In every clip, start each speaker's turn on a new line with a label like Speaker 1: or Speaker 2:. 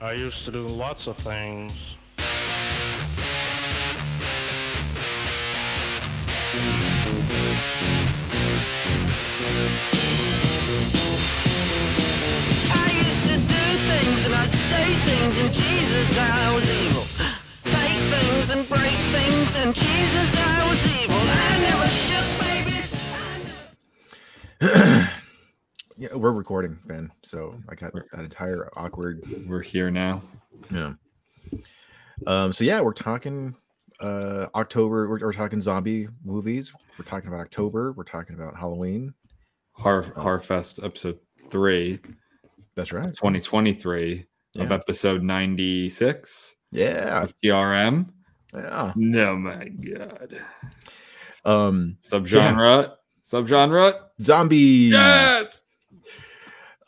Speaker 1: I used to do lots of things.
Speaker 2: I used to do things and I'd say things and Jesus I was evil. Take things and break things and Jesus I was evil. I never shook baby.
Speaker 3: Yeah, we're recording, Ben. So I got that entire awkward.
Speaker 4: We're here now.
Speaker 3: Yeah. Um. So yeah, we're talking uh October. We're, we're talking zombie movies. We're talking about October. We're talking about Halloween.
Speaker 4: Har
Speaker 3: Oh.
Speaker 4: Harfest episode three,
Speaker 3: That's right.
Speaker 4: 2023 of
Speaker 3: Yeah. Uh,
Speaker 4: episode 96
Speaker 3: Yeah.
Speaker 4: of TRM.
Speaker 3: Yeah.
Speaker 4: No my god.
Speaker 3: Um.
Speaker 4: Subgenre. Subgenre.
Speaker 3: Zombies.
Speaker 4: Yes.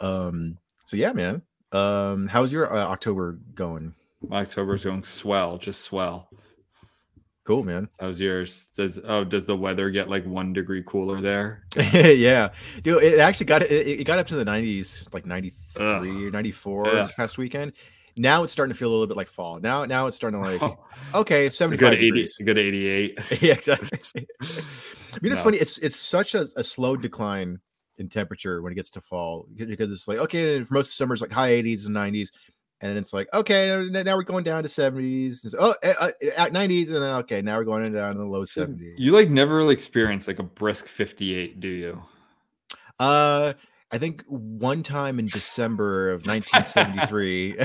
Speaker 3: Um. So yeah, man. Um. How's your uh, October going?
Speaker 4: October's going swell, just swell.
Speaker 3: Cool, man.
Speaker 4: How's yours? Does oh does the weather get like one degree cooler there?
Speaker 3: yeah, dude. It actually got it, it got up to the 90s, like 93 or 94
Speaker 4: Ugh.
Speaker 3: this past weekend. Now it's starting to feel a little bit like fall. Now, now it's starting to like okay,
Speaker 4: a
Speaker 3: 75
Speaker 4: good
Speaker 3: Oh,
Speaker 4: eighty,
Speaker 3: degrees.
Speaker 4: a good eighty-eight.
Speaker 3: yeah, exactly. I mean, it's
Speaker 4: No.
Speaker 3: funny. It's it's such a, a slow decline in temperature when it gets to fall because it's like okay, for most of summer's like high 80s and 90s, and then it's like okay, n- now we're going down to 70s. It's, oh, uh, uh, at 90s, and then okay, now we're going down to the low 70s.
Speaker 4: You like never really experience like a brisk fifty-eight, do you?
Speaker 3: Uh, I think one time in December of 1973.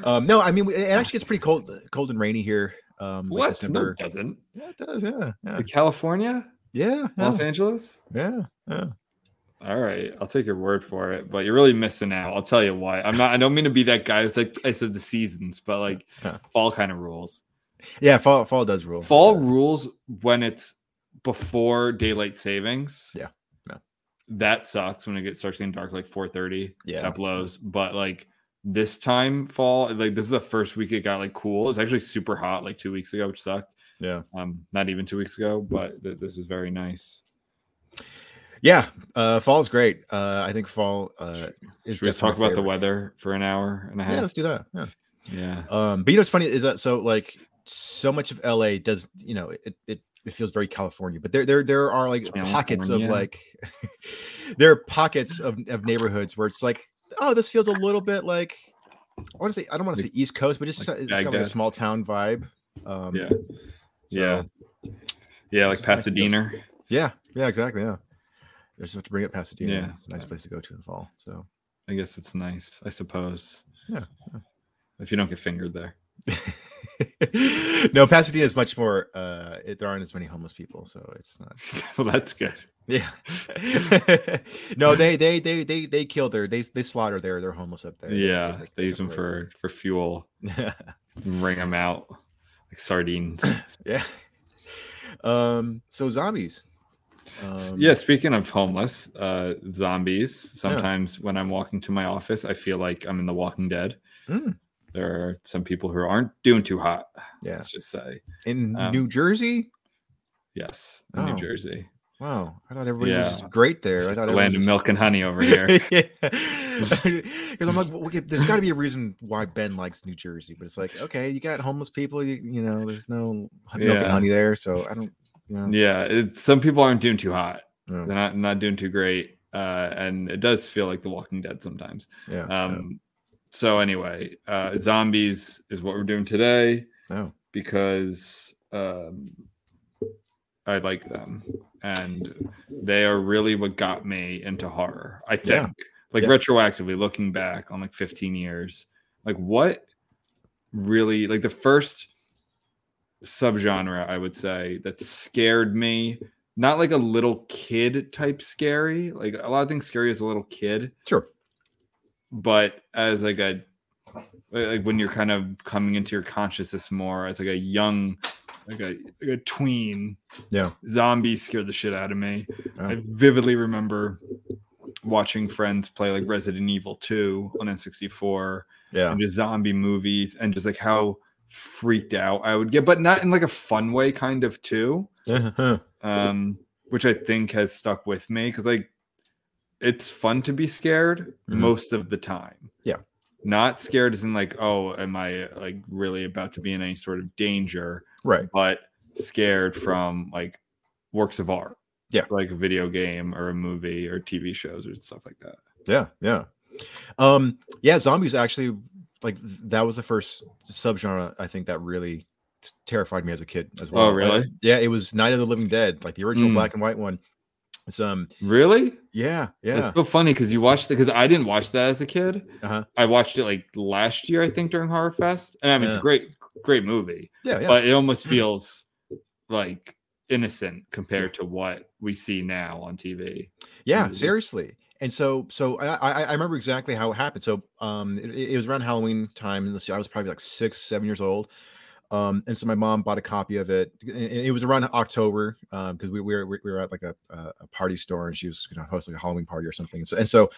Speaker 3: um, no, I mean it actually gets pretty cold, cold and rainy here. Um, like
Speaker 4: What?
Speaker 3: December.
Speaker 4: No, it doesn't.
Speaker 3: Yeah, it does. Yeah, yeah,
Speaker 4: Like, California,
Speaker 3: yeah, yeah,
Speaker 4: Los Angeles.
Speaker 3: yeah, yeah.
Speaker 4: All right, I'll take your word for it, but you're really missing out. I'll tell you why. I'm not. I don't mean to be that guy who's like I said the seasons, but like
Speaker 3: Yeah.
Speaker 4: fall kind of rules.
Speaker 3: Yeah, fall, fall does rule.
Speaker 4: Fall rules when it's before daylight savings.
Speaker 3: Yeah, yeah.
Speaker 4: that sucks when it gets starts getting dark like 4:30.
Speaker 3: Yeah.
Speaker 4: that blows. But like this time fall, like this is the first week it got like cool. It's actually super hot like two weeks ago, which sucked.
Speaker 3: Yeah,
Speaker 4: Um, not even two weeks ago, but th- this is very nice.
Speaker 3: yeah. Uh, fall's great. Uh, I think fall uh, is.
Speaker 4: Should we
Speaker 3: definitely
Speaker 4: talk
Speaker 3: my
Speaker 4: about the
Speaker 3: favorite.
Speaker 4: weather for an hour and a
Speaker 3: Yeah,
Speaker 4: half?
Speaker 3: let's do that. Yeah.
Speaker 4: yeah.
Speaker 3: Um, but you know what's funny is that so like so much of LA does you know it it, it feels very California, but there there there are like pockets of
Speaker 4: California.
Speaker 3: like there are pockets of, of neighborhoods where it's like oh this feels a little bit like I want to say I don't want to say East Coast, but just
Speaker 4: like
Speaker 3: it's got like a
Speaker 4: Baghdad.
Speaker 3: small town vibe. Um,
Speaker 4: Yeah.
Speaker 3: so-
Speaker 4: yeah. Yeah, like
Speaker 3: It's just nice to go
Speaker 4: Pasadena.
Speaker 3: yeah, yeah, exactly, yeah. There's have to bring up Pasadena.
Speaker 4: Yeah.
Speaker 3: It's a nice place to go to in fall. So
Speaker 4: I guess it's nice, I suppose.
Speaker 3: Yeah,
Speaker 4: If you don't get fingered there.
Speaker 3: no, Pasadena is much more. Uh, it, there aren't as many homeless people, so it's not.
Speaker 4: well, that's good.
Speaker 3: Yeah. no, they they they they they kill their they they slaughter their their homeless up there. They- they-
Speaker 4: yeah.
Speaker 3: like,
Speaker 4: They use them
Speaker 3: separate.
Speaker 4: for for fuel. Wring them out like sardines.
Speaker 3: yeah. Um. So zombies. Um,
Speaker 4: S- yeah, speaking of homeless, uh zombies, sometimes when I'm walking to my office, I feel like I'm in the Walking Dead.
Speaker 3: Mm.
Speaker 4: There are some people who aren't doing too hot,
Speaker 3: Yeah.
Speaker 4: let's just say.
Speaker 3: In
Speaker 4: um,
Speaker 3: New Jersey.
Speaker 4: Yes, in
Speaker 3: Oh.
Speaker 4: New Jersey.
Speaker 3: Wow. I thought everybody was
Speaker 4: Yeah.
Speaker 3: just great there.
Speaker 4: It's
Speaker 3: I
Speaker 4: just
Speaker 3: thought
Speaker 4: the
Speaker 3: everyone
Speaker 4: land of
Speaker 3: was
Speaker 4: milk and honey over
Speaker 3: just-
Speaker 4: here.
Speaker 3: Yeah. Because I'm like, well, okay, there's got to be a reason why Ben likes New Jersey, but it's like, okay, you got homeless people. You, you know, there's no milk and
Speaker 4: Yeah.
Speaker 3: honey there, so I don't. You know,
Speaker 4: yeah, it, some people aren't doing too hot.
Speaker 3: no,
Speaker 4: they're not not doing too great uh and it does feel like the walking dead sometimes
Speaker 3: yeah,
Speaker 4: um so anyway uh zombies is what we're doing today
Speaker 3: yeah, no.
Speaker 4: because um i like them and they are really what got me into horror i think
Speaker 3: Yeah.
Speaker 4: like
Speaker 3: Yeah.
Speaker 4: retroactively looking back on like 15 years like what really like the first subgenre i would say that scared me not like a little kid type scary like a lot of things scary as a little kid
Speaker 3: sure.
Speaker 4: but as like a like when you're kind of coming into your consciousness more as like a young like a like a tween
Speaker 3: Yeah.
Speaker 4: zombie scared the shit out of me
Speaker 3: Oh.
Speaker 4: i vividly remember watching friends play like resident evil 2 on n64
Speaker 3: Yeah,
Speaker 4: and just zombie movies and just like how freaked out i would get but not in like a fun way kind of too
Speaker 3: Uh-huh.
Speaker 4: um, which I think has stuck with me because like it's fun to be scared
Speaker 3: Mhm.
Speaker 4: most of the time.
Speaker 3: Yeah.
Speaker 4: Not scared as in like, oh, am I like really about to be in any sort of danger?
Speaker 3: Right.
Speaker 4: But scared from like works of art.
Speaker 3: Yeah.
Speaker 4: Like a video game or a movie or TV shows or stuff like that.
Speaker 3: Yeah. Yeah. Um, yeah. Zombies actually, like, th- that was the first subgenre I think that really t- terrified me as a kid as well.
Speaker 4: Oh, really?
Speaker 3: Like, yeah. It was Night of the Living Dead, like the original
Speaker 4: Mm.
Speaker 3: black and white one. It's, um,
Speaker 4: Really?
Speaker 3: yeah. Yeah.
Speaker 4: It's so funny because you watched it because I didn't watch that as a kid.
Speaker 3: Uh-huh.
Speaker 4: I watched it like last year, I think, during Horror Fest. And I mean, it's
Speaker 3: Yeah.
Speaker 4: a great, great movie,
Speaker 3: Yeah. Yeah.
Speaker 4: but it almost feels like innocent compared to what we see now on TV.
Speaker 3: Yeah,
Speaker 4: movies.
Speaker 3: seriously. And so, so I, I, I remember exactly how it happened. So, um, it, it was around Halloween time. And let's see, I was probably like six, seven years old. Um, and so my mom bought a copy of it. and- and It was around October because we, we were we were at like a, a a party store and she was going to host like a Halloween party or something. And so, and so,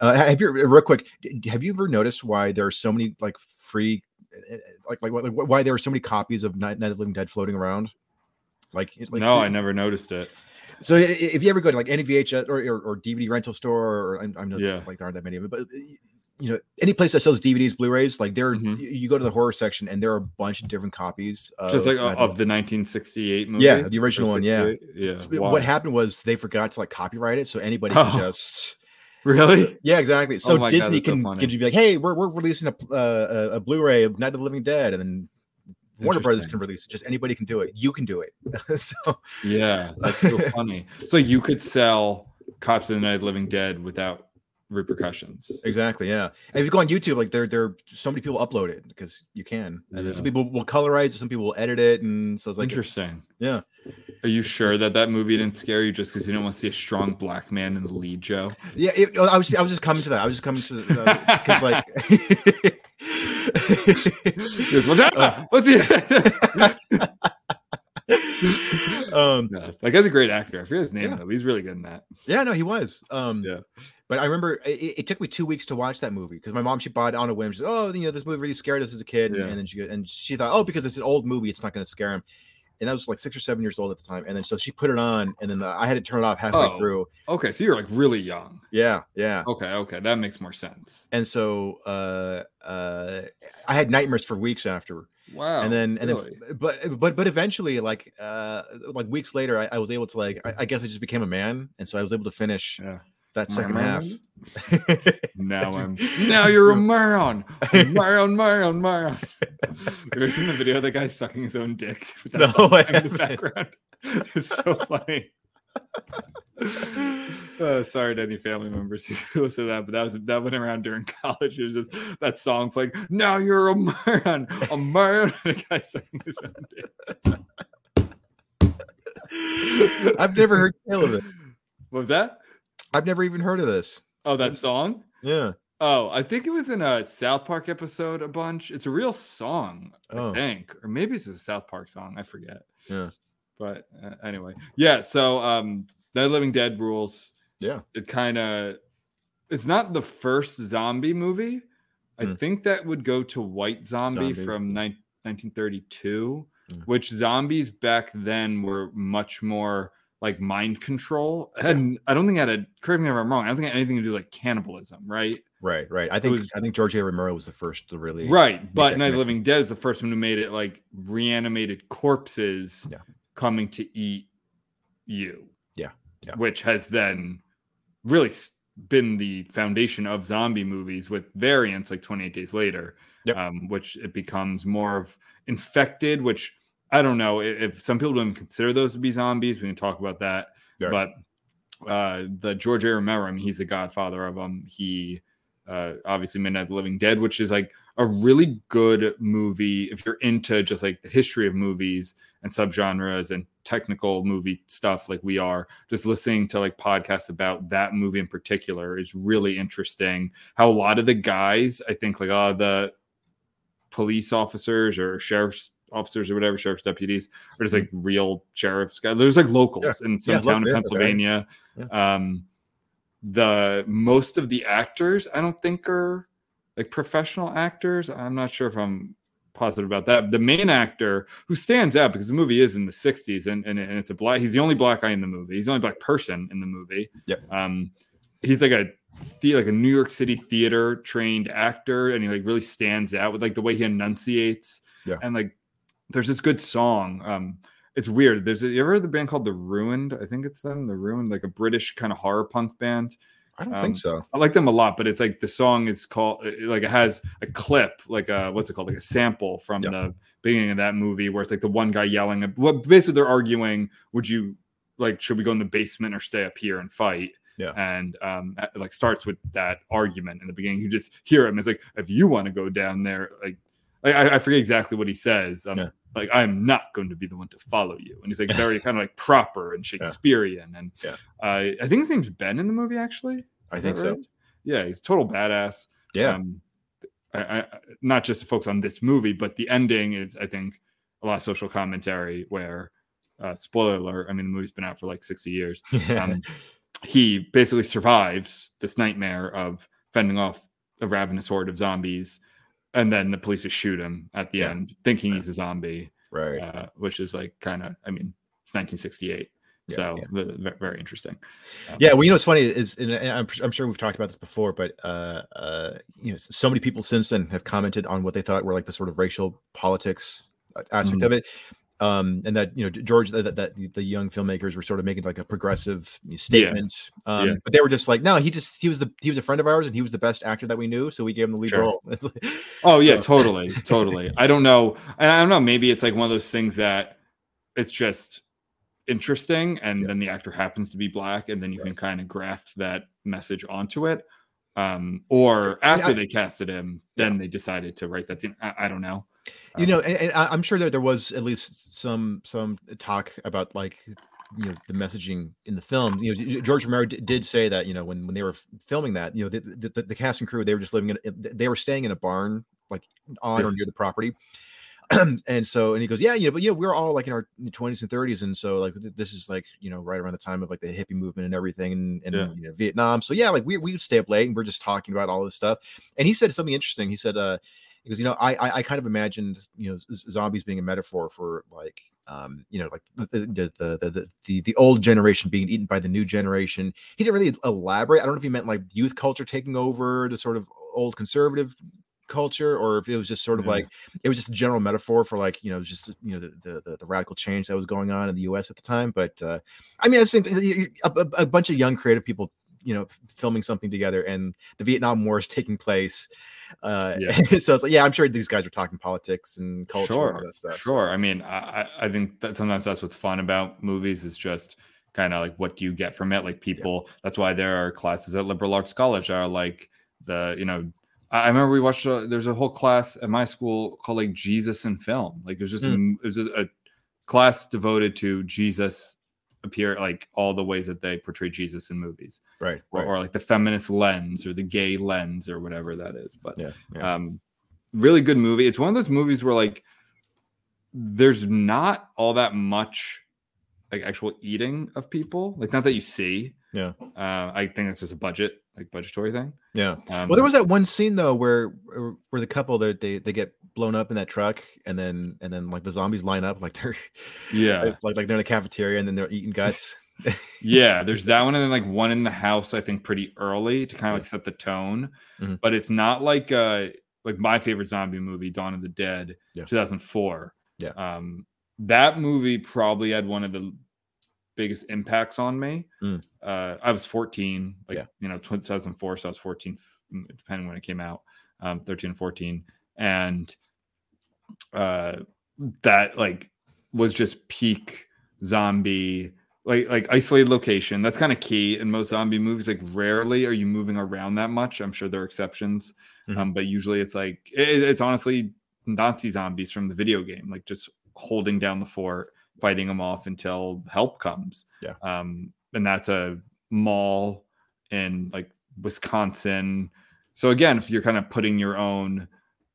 Speaker 3: uh, have you real quick? d- Have you ever noticed why there are so many like free, eh, eh, like like, why- like why there are so many copies of Night, Night of the Living Dead floating around? Like, like
Speaker 4: no,
Speaker 3: who-
Speaker 4: I never noticed it.
Speaker 3: so i- i- if you ever go to like any VHS or, or, or DVD rental store, or I'm, I'm just
Speaker 4: Yeah.
Speaker 3: like there aren't that many of it, but uh, y- you know any place that sells DVDs, Blu-rays, like there,
Speaker 4: Mhm.
Speaker 3: you, you go to the horror section and there are a bunch of different copies. Of,
Speaker 4: Just like uh,
Speaker 3: Night
Speaker 4: of the 1968 movie.
Speaker 3: Oh, Yeah, the
Speaker 4: or
Speaker 3: original one, yeah.
Speaker 4: 68? Yeah.
Speaker 3: the-
Speaker 4: why?
Speaker 3: What happened was they forgot to like copyright it, so anybody can
Speaker 4: Oh.
Speaker 3: just
Speaker 4: Really?
Speaker 3: yeah, exactly.
Speaker 4: Oh
Speaker 3: So
Speaker 4: my God,
Speaker 3: Disney
Speaker 4: that's so
Speaker 3: can
Speaker 4: funny.
Speaker 3: can be like, hey, we're we're releasing a pl- uh, a- a Blu-ray of Night of the Living Dead, and then Warner Brothers can
Speaker 4: Interesting.
Speaker 3: release it. Just anybody can do it. You can do it. so
Speaker 4: Yeah, that's so funny. So you could sell Cops of the Night of the Living Dead without repercussions.
Speaker 3: Exactly. Yeah. And if you go on YouTube, like there, there, so many people upload it because you can. And then Some
Speaker 4: Yeah.
Speaker 3: people will colorize it. Some people will edit it, and so it's like it's-
Speaker 4: Interesting.
Speaker 3: yeah.
Speaker 4: Are you sure that that movie didn't scare you just because you didn't want to see a strong black man in the lead, Joe?
Speaker 3: yeah. It, oh, I was, I was just coming to that. I was just coming to uh, because like.
Speaker 4: He goes, "Well, Joe,
Speaker 3: Uh.
Speaker 4: what's he-"
Speaker 3: um
Speaker 4: No, that guy's a great actor. I forget his name
Speaker 3: Yeah.
Speaker 4: though. He's really good in that.
Speaker 3: yeah no he was um
Speaker 4: Yeah.
Speaker 3: but i remember it, it it took me two weeks to watch that movie because my mom she bought it on a whim she's oh you know this movie really scared us as a kid
Speaker 4: Yeah.
Speaker 3: and then she go- and she thought oh because it's an old movie it's not going to scare him and I was like six or seven years old at the time. And then so she put it on, and then uh, I had to turn it off halfway
Speaker 4: Oh.
Speaker 3: through.
Speaker 4: Okay, so you're like really young.
Speaker 3: Yeah, yeah.
Speaker 4: Okay, okay, that makes more sense.
Speaker 3: And so uh, uh, I had nightmares for weeks after.
Speaker 4: Wow.
Speaker 3: and then, and
Speaker 4: Oh, really?
Speaker 3: then, but uh, but but eventually, like uh, like weeks later, I, I was able to like I, I guess I just became a man, and so I was able to finish
Speaker 4: Yeah.
Speaker 3: that second half.
Speaker 4: Man. now I'm
Speaker 3: That's-
Speaker 4: now you're a moron, moron, moron, moron. Have you ever seen the video of the guy sucking his own dick? with that
Speaker 3: No,
Speaker 4: song
Speaker 3: I
Speaker 4: playing in
Speaker 3: haven't.
Speaker 4: the background. It's so funny. Uh, sorry to any family members who listen to that, but that was that went around during college. It was just that song playing. Now you're a moron, a moron. and a guy sucking his own dick.
Speaker 3: I've never heard tale of it.
Speaker 4: What was that?
Speaker 3: I've never even heard of this.
Speaker 4: Oh, that song.
Speaker 3: Yeah.
Speaker 4: Oh, I think it was in a South Park episode a bunch. It's a real song,
Speaker 3: Oh.
Speaker 4: I think, or maybe it's a South Park song. I forget.
Speaker 3: Yeah.
Speaker 4: But uh, anyway, yeah. So, um, Night of the Living Dead rules.
Speaker 3: Yeah.
Speaker 4: It kind of, it's not the first zombie movie. I
Speaker 3: Hmm.
Speaker 4: think that would go to White Zombie,
Speaker 3: Zombie.
Speaker 4: from nine- 1932,
Speaker 3: Mm.
Speaker 4: which zombies back then were much more like mind control. It Had I don't think it had a correct me if I'm wrong. I don't think it had anything to do with like cannibalism, right?
Speaker 3: Right. Right. I think
Speaker 4: was-
Speaker 3: I think George A. Romero was the first to really.
Speaker 4: Right, but
Speaker 3: that
Speaker 4: Night of
Speaker 3: connection.
Speaker 4: the Living Dead is the first one who made it like reanimated corpses
Speaker 3: Yeah.
Speaker 4: coming to eat you.
Speaker 3: Yeah, yeah.
Speaker 4: Which has then really s- been the foundation of zombie movies with variants like 28 Days Later,
Speaker 3: Yep.
Speaker 4: um, which it becomes more of infected, which I don't know i- if, some people don't even consider those to be zombies. We can talk about that.
Speaker 3: Right.
Speaker 4: But uh, the George A. Romero, I mean, he's the godfather of them. He uh, obviously Midnight of the Living Dead, which is like a really good movie if you're into just like the history of movies and subgenres and technical movie stuff like we are just listening to like podcasts about that movie in particular is really interesting how a lot of the guys i think like uh the police officers or sheriff's officers or whatever sheriff's deputies are just like real sheriff's guys there's like locals in some
Speaker 3: Mm-hmm. Yeah,
Speaker 4: town
Speaker 3: local-
Speaker 4: in
Speaker 3: yeah, okay.
Speaker 4: pennsylvania um the most of the actors i don't think are like professional actors i'm not sure if i'm positive about that the main actor who stands out because the movie is in the 60s and, and, and it's a black he's the only black guy in the movie he's the only black person in the movie
Speaker 3: Yep.
Speaker 4: um he's like a the, like a New York City theater trained actor, and he like really stands out with like the way he enunciates.
Speaker 3: Yeah.
Speaker 4: And like, there's this good song. Um, it's weird. There's a, you ever heard the band called The Ruined? I think it's them. The Ruined, like a British kind of horror punk band.
Speaker 3: I don't
Speaker 4: Um,
Speaker 3: think so.
Speaker 4: I like them a lot, but it's like the song is called it- like it has a clip, like a what's it called, like a sample from
Speaker 3: Yeah.
Speaker 4: the beginning of that movie where it's like the one guy yelling. What basically they're arguing: Would you like should we go in the basement or stay up here and fight?
Speaker 3: Yeah.
Speaker 4: and um, it, like starts with that argument in the beginning. You just hear him. It's like if you want to go down there, like I- I, I forget exactly what he says. Um,
Speaker 3: Yeah.
Speaker 4: Like I'm not going to be the one to follow you, and he's like very kind of like proper and Shakespearean, and
Speaker 3: Yeah.
Speaker 4: uh, I think his name's Ben in the movie actually.
Speaker 3: I
Speaker 4: Is
Speaker 3: think
Speaker 4: that
Speaker 3: so.
Speaker 4: right? Yeah, he's a total badass.
Speaker 3: Yeah.
Speaker 4: Um, I, I, not just to focus on this movie, but the ending is, I think, a lot of social commentary where, uh, spoiler alert, I mean, the movie's been out for like 60 years.
Speaker 3: yeah.
Speaker 4: Um, he basically survives this nightmare of fending off a ravenous horde of zombies. And then the police just shoot him at the
Speaker 3: Yeah.
Speaker 4: end, thinking
Speaker 3: Yeah.
Speaker 4: he's a zombie,
Speaker 3: right.
Speaker 4: uh, which is like kind of, I mean, it's 1968.
Speaker 3: Yeah,
Speaker 4: so the- ve- very interesting.
Speaker 3: Yeah, well, you know what's funny is, and I- I'm, I'm sure we've talked about this before, but uh, uh, you know, so many people since then have commented on what they thought were like the sort of racial politics uh, aspect
Speaker 4: Mm-hmm.
Speaker 3: of it, um, and that you know George that, that, that the- the young filmmakers were sort of making like a progressive statement, um,
Speaker 4: Yeah.
Speaker 3: but they were just like, no, he just he was the he was a friend of ours and he was the best actor that we knew, so we gave him the lead
Speaker 4: Sure.
Speaker 3: role. It's like-
Speaker 4: Oh yeah,
Speaker 3: So-
Speaker 4: totally, totally. I don't know. I I don't know. Maybe it's like one of those things that it's just interesting, and
Speaker 3: Yeah.
Speaker 4: then the actor happens to be black, and then you can kind of graft that message onto it. Um, or after
Speaker 3: I-
Speaker 4: they casted him, then they decided to write that scene. I, I don't know.
Speaker 3: you
Speaker 4: Um,
Speaker 3: know and, and I- i'm sure that there was at least some some talk about like you know the messaging in the film you know G- G- george romero d- did say that you know when when they were f- filming that you know the, the, the, the cast and crew they were just living in a- they were staying in a barn like on
Speaker 4: Yeah.
Speaker 3: or near the property and so and he goes yeah you know but you know we are all like in our 20s and 30s and so like th- this is like you know right around the time of like the hippie movement and everything and, and
Speaker 4: Yeah.
Speaker 3: you know vietnam so yeah like we, we would stay up late and we're just talking about all this stuff and he said something interesting he said uh because you know I, I i kind of imagined you know z- zombies being a metaphor for like um you know like the the the the, the, the, the old generation being eaten by the new generation he didn't really elaborate i don't know if he meant like youth culture taking over the sort of old conservative culture or if it was just sort of
Speaker 4: Yeah.
Speaker 3: like it was just a general metaphor for like you know just you know the, the the- the radical change that was going on in the us at the time but uh i mean i just think that you- you- a, a- a bunch of young creative people you know f- filming something together and the vietnam war is taking place uh
Speaker 4: Yeah.
Speaker 3: so it's like yeah i'm sure these guys are talking politics and culture and all that stuff so-
Speaker 4: Sure. I mean, I, I- I think that sometimes that's what's fun about movies is just kind of like what do you get from it? Like people, that's why there are classes at liberal arts college that are like the, you know, I I remember we watched a, there's a whole class at my school called like Jesus in film. Like there's just
Speaker 3: Hmm.
Speaker 4: a, there's just a class devoted to Jesus appear like all the ways that they portray Jesus in movies
Speaker 3: right
Speaker 4: or,
Speaker 3: right
Speaker 4: or like the feminist lens or the gay lens or whatever that is. But
Speaker 3: yeah, yeah.
Speaker 4: um really good movie it's one of those movies where like there's not all that much like actual eating of people like not that you see
Speaker 3: Yeah.
Speaker 4: uh, i think that's just a budget like budgetary thing
Speaker 3: yeah
Speaker 4: um,
Speaker 3: Well, there was that one scene though where where- where the couple they they they get blown up in that truck, and then and then like the zombies line up like they're
Speaker 4: yeah
Speaker 3: like like they're in the cafeteria, and then they're eating guts.
Speaker 4: yeah there's that one and then like one in the house i think pretty early to kind of like set the tone
Speaker 3: Mhm.
Speaker 4: but it's not like uh like my favorite zombie movie dawn of the dead
Speaker 3: Yeah.
Speaker 4: 2004
Speaker 3: Yeah.
Speaker 4: um that movie probably had one of the biggest impacts on me
Speaker 3: Mm.
Speaker 4: uh i was 14 like
Speaker 3: Yeah.
Speaker 4: you know 2004 so i was 14 mm, depending when it came out um 13 and 14 and uh that like was just peak zombie like like isolated location that's kind of key in most zombie movies like rarely are you moving around that much i'm sure there are exceptions
Speaker 3: Mhm.
Speaker 4: um but usually it's like it, it's honestly nazi zombies from the video game like just holding down the fort fighting them off until help comes
Speaker 3: Yeah.
Speaker 4: um and that's a mall in like wisconsin so again if you're kind of putting your own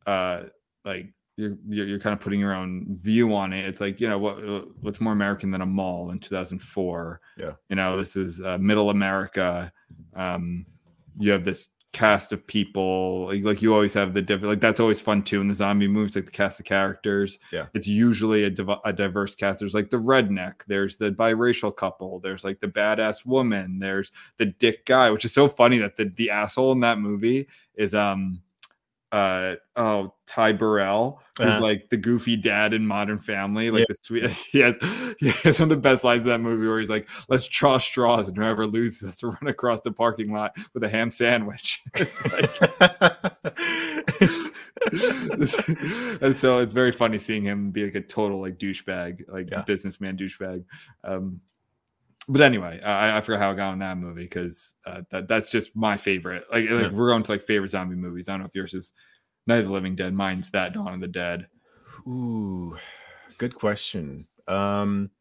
Speaker 4: uh like you're you're, you're kind of putting your own view on it. It's like you know what what's more American than a mall in 2004?
Speaker 3: Yeah.
Speaker 4: you know this is uh, middle America. Um, you have this cast of people. Like, like you always have the different. Like that's always fun too in the zombie movies. Like the cast of characters.
Speaker 3: Yeah.
Speaker 4: it's usually a, div- a diverse cast. There's like the redneck. There's the biracial couple. There's like the badass woman. There's the dick guy, which is so funny that the the asshole in that movie is um uh oh Ty Burrell, who's
Speaker 3: Uh-huh.
Speaker 4: like the goofy dad in Modern Family, like
Speaker 3: Yeah.
Speaker 4: the sweet. He has, he has one of the best lines in that movie where he's like, "Let's draw straws, and whoever loses has to run across the parking lot with a ham sandwich." and so it's very funny seeing him be like a total like douchebag, like
Speaker 3: Yeah.
Speaker 4: businessman douchebag. Um, but anyway, I, I forgot how I got on that movie because uh, that that's just my favorite. Like, like
Speaker 3: Yeah.
Speaker 4: we're going to like favorite zombie movies. I don't know if yours is Night of the Living Dead. Mine's that Dawn of the Dead.
Speaker 3: Ooh, good question. Um,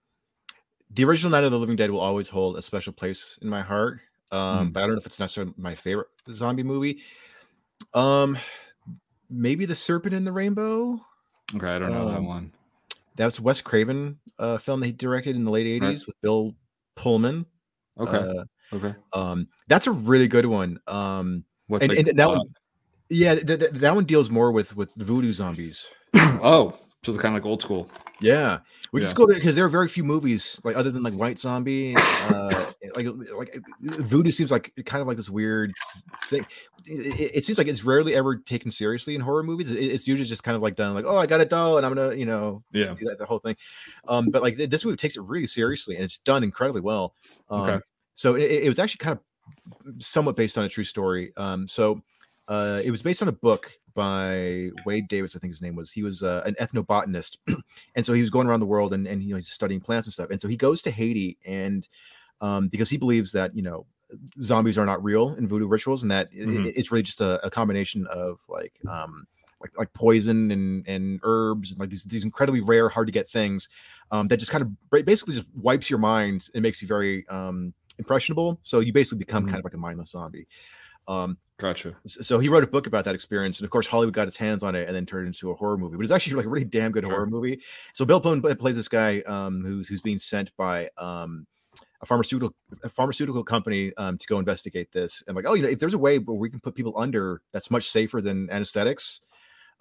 Speaker 3: the original Night of the Living Dead will always hold a special place in my heart. Um,
Speaker 4: Mm.
Speaker 3: but I don't know if it's necessarily my favorite zombie movie. Um, maybe The Serpent in the Rainbow.
Speaker 4: Okay, I don't know that
Speaker 3: Um,
Speaker 4: one.
Speaker 3: That was a Wes Craven uh, film that he directed in the late
Speaker 4: Right.
Speaker 3: '80s with Bill Pullman.
Speaker 4: Okay,
Speaker 3: Uh,
Speaker 4: okay.
Speaker 3: um, that's a really good one. Um,
Speaker 4: What's
Speaker 3: and,
Speaker 4: like
Speaker 3: and
Speaker 4: the
Speaker 3: that one, yeah, th- th- that one deals more with with voodoo zombies.
Speaker 4: plot? oh, so it's kind of like old school.
Speaker 3: Yeah, which
Speaker 4: Yeah.
Speaker 3: is cool because there are very few movies like other than like White Zombie. Uh, like like voodoo seems like kind of like this weird thing. It, it- it seems like it's rarely ever taken seriously in horror movies. It- it's usually just kind of like done like oh I got a doll and I'm gonna you know
Speaker 4: Yeah,
Speaker 3: do that the whole thing. Um, but like th- this movie takes it really seriously and it's done incredibly well. Um,
Speaker 4: Okay.
Speaker 3: So it, it was actually kind of somewhat based on a true story. Um, so uh, it was based on a book by Wade Davis, I think his name was. He was uh, an ethnobotanist, and so he was going around the world and and you know, he's studying plants and stuff. And so he goes to Haiti and um, because he believes that you know zombies are not real in voodoo rituals and that i- i-
Speaker 4: Mhm.
Speaker 3: it's really just a, a combination of like um like, like poison and and herbs and like these these incredibly rare hard to get things um that just kind of ba- basically just wipes your mind and makes you very um impressionable so you basically become
Speaker 4: Mhm.
Speaker 3: kind of like a mindless zombie um
Speaker 4: gotcha.
Speaker 3: s- so he wrote a book about that experience and of course hollywood got its hands on it and then turned it into a horror movie but it's actually like a really damn good
Speaker 4: Sure.
Speaker 3: horror movie so bill Pullman pla- plays this guy um who's who's being sent by um a pharmaceutical a pharmaceutical company um, to go investigate this and like oh you know if there's a way where we can put people under that's much safer than anesthetics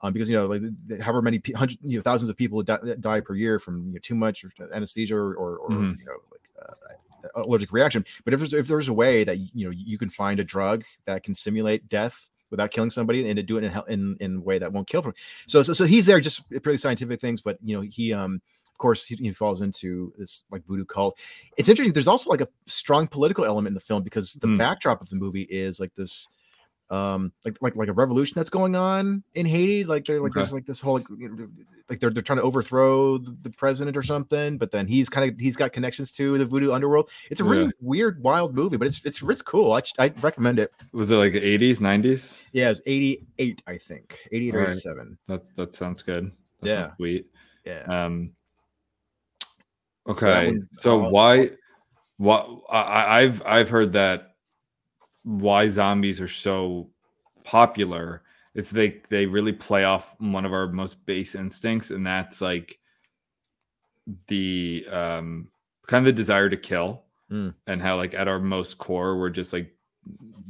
Speaker 3: um, because you know like th- however many pe- hundred you know thousands of people die, die per year from you know, too much anesthesia or or, or
Speaker 4: Mhm.
Speaker 3: you know like uh, allergic reaction. But if there's if there's a way that you know you can find a drug that can simulate death without killing somebody and to do it in a hel- in in a way that won't kill them. So so, so he's there just pretty scientific things, but you know he um of course he, he falls into this like voodoo cult. It's interesting. There's also like a strong political element in the film because the
Speaker 4: Hmm.
Speaker 3: backdrop of the movie is like this um like like like a revolution that's going on in Haiti like they're like
Speaker 4: Okay.
Speaker 3: there's like this whole like, you know, like they're they're trying to overthrow the, the president or something but then he's kind of he's got connections to the voodoo underworld it's a really
Speaker 4: Yeah.
Speaker 3: weird wild movie but it's it's it's cool I I recommend it
Speaker 4: Was it like eighties, nineties?
Speaker 3: yeah it's 88 I think 88 or
Speaker 4: Alright.
Speaker 3: 87
Speaker 4: That's that sounds good. That
Speaker 3: Yeah.
Speaker 4: sounds sweet.
Speaker 3: yeah
Speaker 4: Um,
Speaker 3: that
Speaker 4: okay,
Speaker 3: one-
Speaker 4: so
Speaker 3: I'll-
Speaker 4: why, why I, I- I've I've heard that why zombies are so popular is they they really play off one of our most base instincts, and that's like the um kind of the desire to kill,
Speaker 3: Mm.
Speaker 4: and how like at our most core we're just like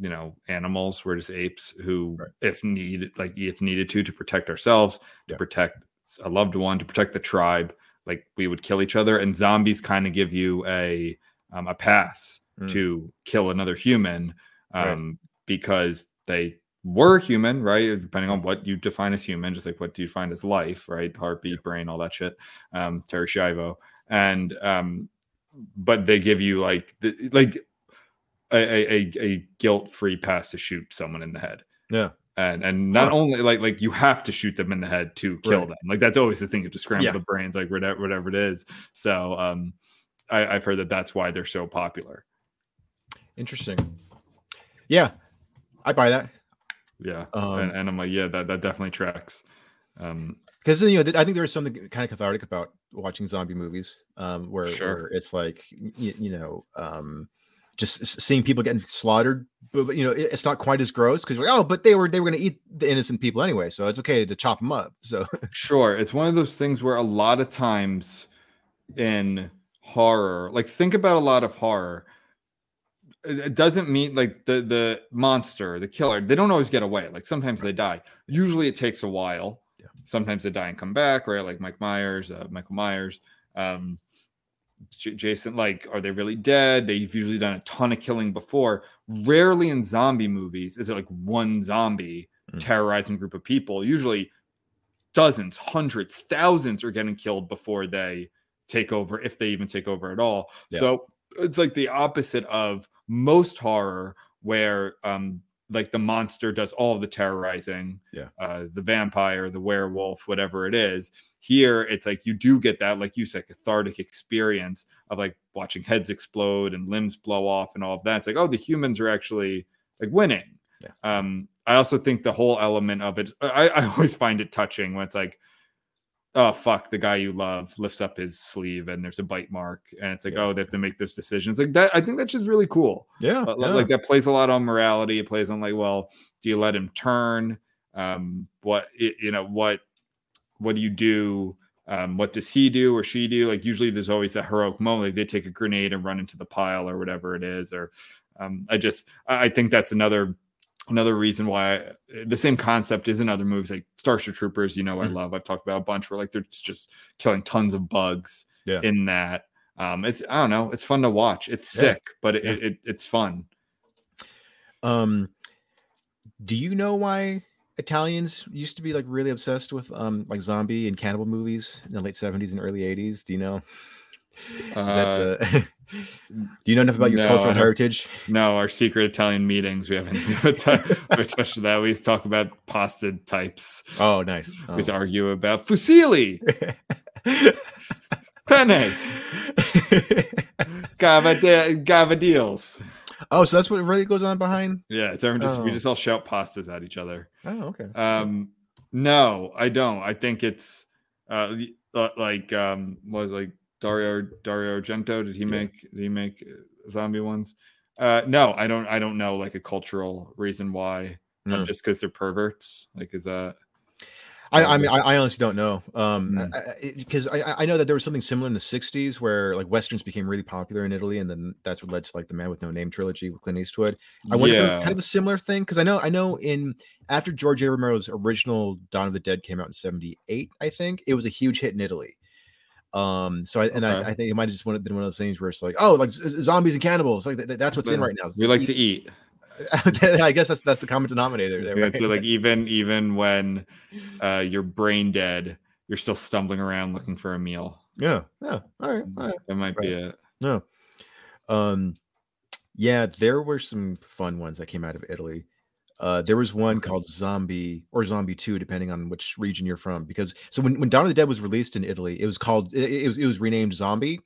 Speaker 4: you know animals we're just apes who
Speaker 3: Right.
Speaker 4: if needed like if needed to to protect ourselves to
Speaker 3: Yeah.
Speaker 4: protect a loved one to protect the tribe like we would kill each other and zombies kind of give you a um, a pass
Speaker 3: Mm.
Speaker 4: to kill another human
Speaker 3: Right.
Speaker 4: um, because they were human right depending on what you define as human just like what do you define as life right heartbeat brain all that shit um, terry shivo and um, but they give you like the, like a, a, a, a guilt-free pass to shoot someone in the head
Speaker 3: yeah
Speaker 4: and and not
Speaker 3: Huh.
Speaker 4: only like like you have to shoot them in the head to kill
Speaker 3: Right.
Speaker 4: them like that's always the thing you have to scramble
Speaker 3: Yeah.
Speaker 4: the brains like whatever whatever it is so um I, i've heard that that's why they're so popular
Speaker 3: interesting yeah I buy that
Speaker 4: yeah
Speaker 3: Um,
Speaker 4: and, and i'm like yeah that that definitely tracks um
Speaker 3: because you know th- i think there's something kind of cathartic about watching zombie movies um where,
Speaker 4: Sure.
Speaker 3: where it's like you, you know um just s- seeing people getting slaughtered but but, you know it- it's not quite as gross because like oh but they were they were going to eat the innocent people anyway so it's okay to chop them up so
Speaker 4: Sure. It's one of those things where a lot of times in horror, like think about a lot of horror. it it doesn't mean like the the monster, the killer. They don't always get away. Like sometimes they die. Usually it takes a while.
Speaker 3: Yeah.
Speaker 4: Sometimes they die and come back, right? Like Mike Myers, uh, Michael Myers, um, J- Jason. Like, are they really dead? They've usually done a ton of killing before. Rarely in zombie movies is it like one zombie
Speaker 3: Mm.
Speaker 4: terrorizing group of people. Usually dozens, hundreds, thousands are getting killed before they take over, if they even take over at all.
Speaker 3: Yeah.
Speaker 4: So it's like the opposite of most horror, where um, like the monster does all the terrorizing,
Speaker 3: Yeah.
Speaker 4: uh, the vampire, the werewolf, whatever it is. Here, it's like you do get that, like you said, cathartic experience of like watching heads explode and limbs blow off and all of that. It's like, oh, the humans are actually like winning.
Speaker 3: Yeah.
Speaker 4: Um, I also think the whole element of it, I, I always find it touching when it's like, oh fuck, the guy you love lifts up his sleeve and there's a bite mark, and it's like,
Speaker 3: Yeah.
Speaker 4: oh, they have to make those decisions. Like that, I think that's just really cool.
Speaker 3: Yeah,
Speaker 4: But,
Speaker 3: yeah.
Speaker 4: Like that plays a lot on morality. It plays on like, well, do you let him turn? Um, what i- you know, what what do you do? Um, what does he do or she do? Like usually there's always a heroic moment. Like they take a grenade and run into the pile or whatever it is. Or um, I just I I think that's another another reason why I, the same concept is in other movies like Starship Troopers. You know, I
Speaker 3: Mhm.
Speaker 4: love. I've talked about a bunch where like they're just killing tons of bugs
Speaker 3: Yeah.
Speaker 4: in that. Um, it's I don't know. It's fun to watch. It's
Speaker 3: Yeah.
Speaker 4: sick, but it,
Speaker 3: Yeah.
Speaker 4: it, it's fun.
Speaker 3: Um, do you know why Italians used to be like really obsessed with um like zombie and cannibal movies in the late seventies and early eighties? Do you know? Is
Speaker 4: Uh,
Speaker 3: that, uh, do you know enough about your
Speaker 4: no, I
Speaker 3: cultural
Speaker 4: don't-
Speaker 3: heritage?
Speaker 4: No, our secret Italian meetings. We haven't we touched that. We just talk about pasta types.
Speaker 3: Oh, nice.
Speaker 4: We just argue about fusilli,
Speaker 3: Oh.
Speaker 4: penne, gavade- gavadils.
Speaker 3: oh, so that's what really goes on behind.
Speaker 4: Yeah, it's everyone just we
Speaker 3: Oh.
Speaker 4: just all shout pastas at each other.
Speaker 3: Oh, okay.
Speaker 4: Um, no, I don't. I think it's uh, the- uh, like um, was like Dario Dario Argento. Did he
Speaker 3: Yeah.
Speaker 4: make did he make uh, zombie ones? Uh, no, I don't. I don't know like a cultural reason why. Um,
Speaker 3: No.
Speaker 4: just because they're perverts. Like, is that
Speaker 3: I,
Speaker 4: Um,
Speaker 3: I mean, I, I honestly don't know. Um,
Speaker 4: Mm.
Speaker 3: because I, I, I know that there was something similar in the '60s where like westerns became really popular in Italy, and then that's what led to like the Man with No Name trilogy with Clint Eastwood. I wonder if it was kind of a similar thing because I know, I know, in after George A. Romero's original Dawn of the Dead came out in '78, I think it was a huge hit in Italy. Um, so I and I,
Speaker 4: Okay.
Speaker 3: I think it might have just one- been one of those things where it's like, oh, like z- z- zombies and cannibals, like th- th- that's what's in
Speaker 4: Yeah.
Speaker 3: right now.
Speaker 4: we like to eat.
Speaker 3: I guess that's that's the common denominator there.
Speaker 4: Yeah,
Speaker 3: right?
Speaker 4: so, like even even when uh, you're brain dead, you're still stumbling around looking for a meal.
Speaker 3: yeah, yeah. All right, all right.
Speaker 4: That might be it.
Speaker 3: No. Um yeah, there were some fun ones that came out of Italy. Uh there was one called Zombie or Zombie 2 depending on which region you're from because so when, when Dawn of the Dead was released in Italy, it was called it, it was it was renamed Zombie.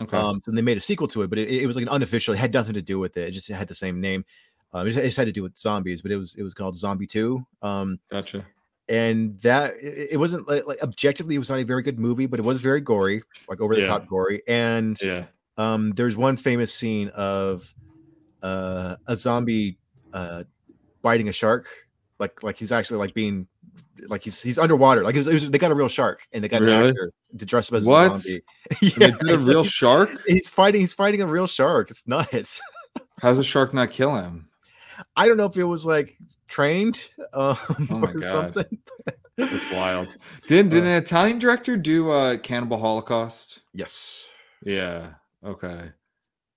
Speaker 4: Okay.
Speaker 3: Um so they made a sequel to it, but it, it was like an unofficial, it had nothing to do with it. It just had the same name. Um it just- it just had to do with zombies, but it was it was called Zombie 2. Um
Speaker 4: gotcha.
Speaker 3: and that it, it wasn't like, like objectively it was not a very good movie, but it was very gory, like over the top gory and
Speaker 4: Yeah.
Speaker 3: um there's one famous scene of uh a zombie uh biting a shark like like he's actually like being like he's he's underwater like it was, it was- they got a real shark and they got an
Speaker 4: Really?
Speaker 3: actor to dress up as
Speaker 4: What?
Speaker 3: a zombie
Speaker 4: And they
Speaker 3: yeah,
Speaker 4: did a
Speaker 3: so
Speaker 4: real
Speaker 3: he's,
Speaker 4: shark.
Speaker 3: he's fighting he's fighting a real shark it's nuts
Speaker 4: How's a shark not kill him?
Speaker 3: i don't know if it was like trained um
Speaker 4: Oh my
Speaker 3: or
Speaker 4: God.
Speaker 3: something
Speaker 4: It's wild. Did did
Speaker 3: Uh.
Speaker 4: an Italian director do uh, Cannibal Holocaust?
Speaker 3: yes
Speaker 4: Yeah. Okay.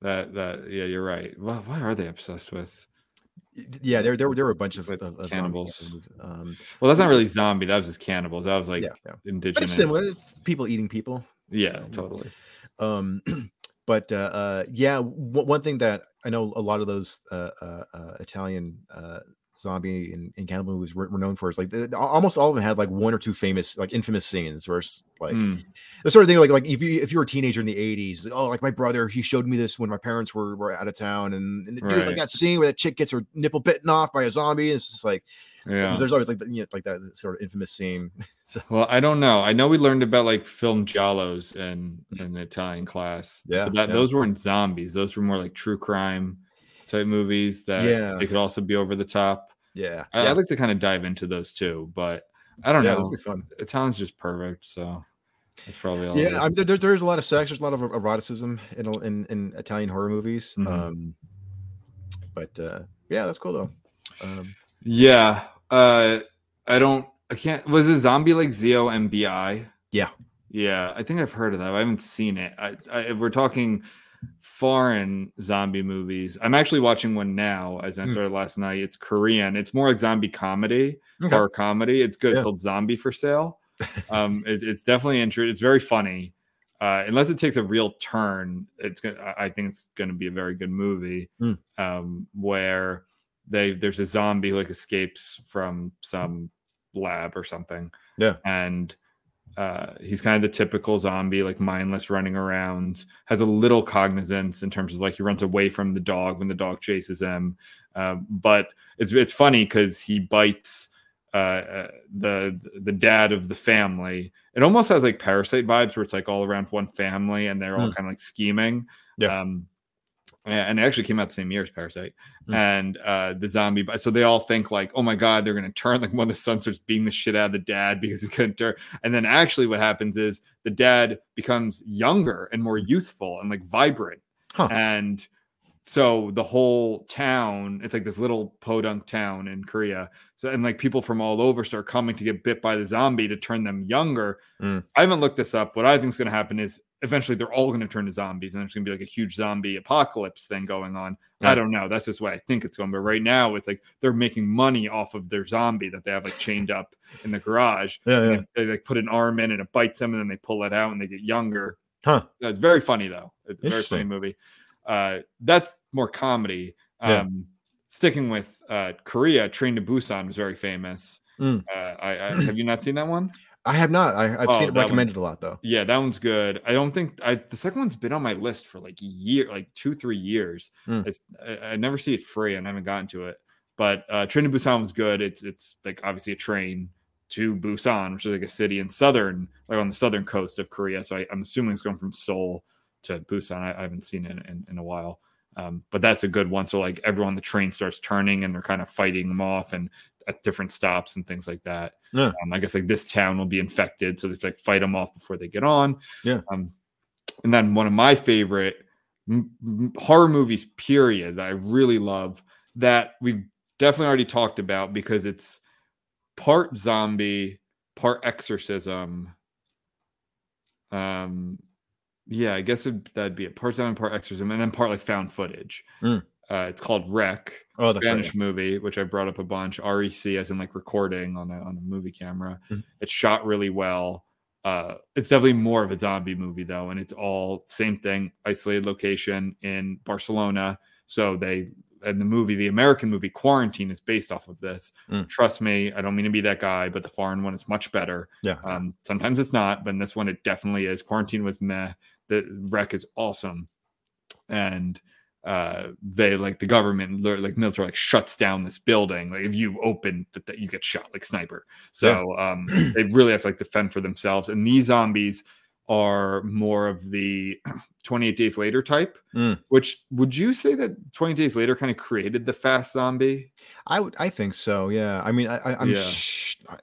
Speaker 4: That that yeah, you're right. Why, why are they obsessed with?
Speaker 3: yeah there there were there were a bunch of,
Speaker 4: With
Speaker 3: of, of zombie
Speaker 4: cannibals.
Speaker 3: cannibals, um
Speaker 4: Well, that's not really zombie. That was just cannibals. That was like
Speaker 3: yeah, yeah
Speaker 4: indigenous.
Speaker 3: but it's similar it's people eating people
Speaker 4: Yeah, totally.
Speaker 3: um but uh, uh yeah w- one thing that i know a lot of those uh, uh, uh italian uh zombie and, and cannibal movies were, were known for is like the, almost all of them had like one or two famous like infamous scenes where it's like
Speaker 4: Hmm.
Speaker 3: the sort of thing like like if you if you were a teenager in the 80s like, oh like my brother he showed me this when my parents were, were out of town and, and dude,
Speaker 4: Right.
Speaker 3: like that scene where that chick gets her nipple bitten off by a zombie and it's just like
Speaker 4: Yeah.
Speaker 3: there's always like the, you know, like that sort of infamous scene
Speaker 4: Well, I don't know. I know we learned about like film giallos in in Italian class.
Speaker 3: Yeah,
Speaker 4: but that,
Speaker 3: yeah.
Speaker 4: those weren't zombies. Those were more like true crime type movies that
Speaker 3: Yeah.
Speaker 4: they could also be over the top.
Speaker 3: yeah
Speaker 4: I,
Speaker 3: yeah
Speaker 4: I'd like to kind of dive into those too, but I don't
Speaker 3: yeah, those
Speaker 4: know.
Speaker 3: would be fun
Speaker 4: Italian's just perfect, so that's probably all. it
Speaker 3: yeah, I mean,
Speaker 4: is.
Speaker 3: there,
Speaker 4: Mm-hmm.
Speaker 3: there- there's a lot of sex. There's a lot of eroticism in in, in Italian horror movies.
Speaker 4: Mhm.
Speaker 3: Um, But uh, yeah, that's cool though. Um,
Speaker 4: Yeah. Uh I don't I can't was it zombie like Zio MBI?
Speaker 3: Yeah.
Speaker 4: Yeah, I think I've heard of that. I haven't seen it. I, I if we're talking foreign zombie movies, I'm actually watching one now as I
Speaker 3: Hmm.
Speaker 4: started last night. It's Korean. It's more like zombie comedy,
Speaker 3: Okay.
Speaker 4: horror comedy. It's good. It's
Speaker 3: Yeah.
Speaker 4: called Zombie for Sale. Um it, it's definitely interesting. It's very funny. Uh, unless it takes a real turn, it's gonna. I- I think it's gonna be a very good movie.
Speaker 3: Hmm.
Speaker 4: Um, where they there's a zombie who like escapes from some lab or something.
Speaker 3: Yeah.
Speaker 4: And uh, he's kind of the typical zombie, like mindless running around, has a little cognizance in terms of like he runs away from the dog when the dog chases him. Um, but it's it's funny because he bites uh, uh, the the dad of the family. It almost has like parasite vibes where it's like all around one family and they're all kind of like scheming.
Speaker 3: Hmm. Yeah.
Speaker 4: Um, and it actually came out the same year as Parasite
Speaker 3: Mm.
Speaker 4: and uh the zombie so they all think like oh my god they're gonna turn like when the son starts beating the shit out of the dad because he's gonna turn and then actually what happens is the dad becomes younger and more youthful and like vibrant
Speaker 3: Huh.
Speaker 4: and so the whole town it's like this little podunk town in korea so and like people from all over start coming to get bit by the zombie to turn them younger
Speaker 3: Mm.
Speaker 4: i haven't looked this up what i think's going to happen is eventually they're all going to turn to zombies and there's going to be like a huge zombie apocalypse thing going on i
Speaker 3: Right.
Speaker 4: don't know that's just what i think it's going but right now it's like they're making money off of their zombie that they have like chained up in the garage
Speaker 3: yeah, yeah.
Speaker 4: and they, they like put an arm in and it bites them and then they pull it out and they get younger.
Speaker 3: Huh.
Speaker 4: Uh, It's very funny though. It's a very funny
Speaker 3: Interesting.
Speaker 4: movie. Uh, that's more comedy. Um,
Speaker 3: Yeah.
Speaker 4: Sticking with uh, Korea, Train to Busan was very famous.
Speaker 3: Mm.
Speaker 4: Uh, I, I have you not seen that one?
Speaker 3: I have not. I, I've
Speaker 4: Oh,
Speaker 3: seen
Speaker 4: that
Speaker 3: it
Speaker 4: one's-
Speaker 3: recommended a lot though.
Speaker 4: Yeah, that one's good. I don't think I the second one's been on my list for like year, like two, three years.
Speaker 3: Mm.
Speaker 4: It's I, I never see it free, and I haven't gotten to it. But uh, Train to Busan was good. It's it's like obviously a train to Busan, which is like a city in southern, like on the southern coast of Korea. So I, I'm assuming it's going from Seoul to Busan. I, I haven't seen it in, in, in a while. Um, but that's a good one. So like everyone, on the train starts turning, and they're kind of fighting them off, and at different stops and things like that. Um, I guess like this town will be infected, so it's like fight them off before they get on.
Speaker 3: Yeah.
Speaker 4: Um, and then one of my favorite m- m- horror movies, period, that I really love that we've definitely already talked about because it's part zombie, part exorcism. Um, yeah, I guess it, that'd be it. Part zombie, part exorcism, and then part like found footage.
Speaker 3: Mm.
Speaker 4: Uh, it's called Wreck.
Speaker 3: Oh, that's right.
Speaker 4: Spanish movie, which I brought up a bunch. REC, as in like recording on a on a movie camera.
Speaker 3: Mhm.
Speaker 4: It's shot really well. Uh, it's definitely more of a zombie movie though, and it's all same thing, isolated location in Barcelona. So they and the movie, the American movie Quarantine, is based off of this.
Speaker 3: Mm.
Speaker 4: Trust me, I don't mean to be that guy, but the foreign one is much better.
Speaker 3: Yeah.
Speaker 4: Um, sometimes it's not, but in this one, it definitely is. Quarantine was meh. The wreck is awesome, and uh, they like the government, they're, like military, like shuts down this building. Like if you open that, that you get shot, like sniper. So um, they really have to like defend for themselves. And these zombies are more of the 28 days later type.
Speaker 3: Mm.
Speaker 4: Which would you say that 28 days later kind of created the fast zombie?
Speaker 3: I would. I think so. Yeah. I mean, I, I, I'm.
Speaker 4: Yeah.
Speaker 3: Sh- I-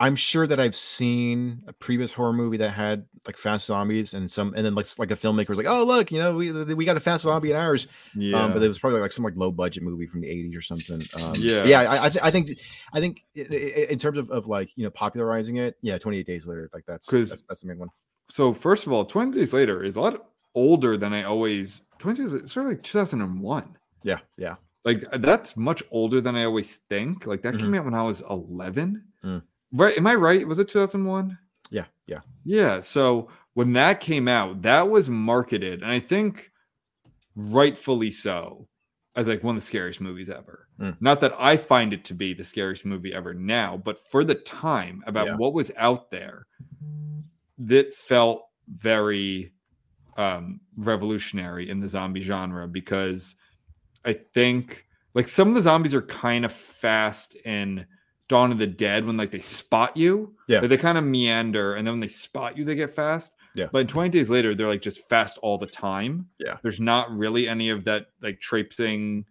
Speaker 3: I'm sure that I've seen a previous horror movie that had like fast zombies and some, and then like s- like a filmmaker was like, "Oh look, you know, we we got a fast zombie in ours."
Speaker 4: Yeah,
Speaker 3: Um, but it was probably like some like low budget movie from the '80s or something. Um,
Speaker 4: Yeah.
Speaker 3: yeah. I, I, th- I think I think i- i- in terms of, of like you know popularizing it, yeah, 28 Days Later, like that's
Speaker 4: 'Cause-
Speaker 3: that's, that's the main one.
Speaker 4: so first of all, 20 days later is a lot older than I always 20 days it's sort of like 2001.
Speaker 3: Yeah, yeah,
Speaker 4: Like uh, that's much older than I always think. Like that came out when I was 11.
Speaker 3: Mm.
Speaker 4: Right? Am I right? Was it 2001?
Speaker 3: yeah, yeah.
Speaker 4: Yeah. So when that came out, that was marketed, and I think rightfully so, as like one of the scariest movies ever.
Speaker 3: Mm.
Speaker 4: Not that I find it to be the scariest movie ever now, but for the time about
Speaker 3: Yeah.
Speaker 4: what was out there, that felt very um, revolutionary in the zombie genre because I think like some of the zombies are kind of fast in Dawn of the Dead when like they spot you.
Speaker 3: Yeah.
Speaker 4: Like, they kind of meander and then when they spot you, they get fast.
Speaker 3: Yeah.
Speaker 4: But 20 days later, they're like just fast all the time.
Speaker 3: Yeah.
Speaker 4: There's not really any of that like traipsing,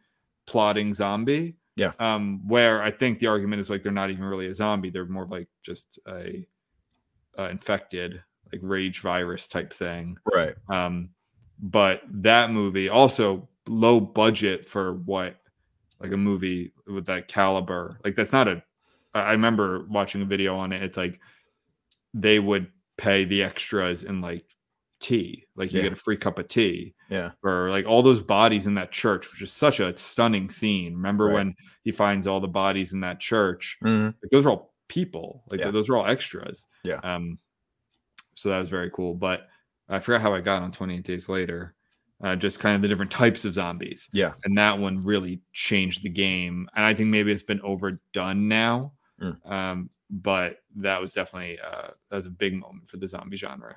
Speaker 4: plotting zombie.
Speaker 3: Yeah.
Speaker 4: Um, where I think the argument is like they're not even really a zombie. They're more of, like just a uh, infected, like rage virus type thing.
Speaker 3: Right.
Speaker 4: Um, but that movie also low budget for what like a movie with that caliber. Like that's not a. I I remember watching a video on it. It's like they would pay the extras in like tea, like you
Speaker 3: Yeah.
Speaker 4: get a free cup of tea
Speaker 3: Yeah.
Speaker 4: for like all those bodies in that church, which is such a stunning scene. Remember
Speaker 3: Right.
Speaker 4: when he finds all the bodies in that church?
Speaker 3: Mhm.
Speaker 4: Like, those are all people. Like
Speaker 3: Yeah.
Speaker 4: those are all extras.
Speaker 3: Yeah.
Speaker 4: Um. So that was very cool, but I forgot how I got on Twenty Eight Days Later. Uh, just kind of the different types of zombies.
Speaker 3: Yeah.
Speaker 4: And that one really changed the game. And I think maybe it's been overdone now.
Speaker 3: Mm.
Speaker 4: Um, but that was definitely uh, that was a big moment for the zombie genre.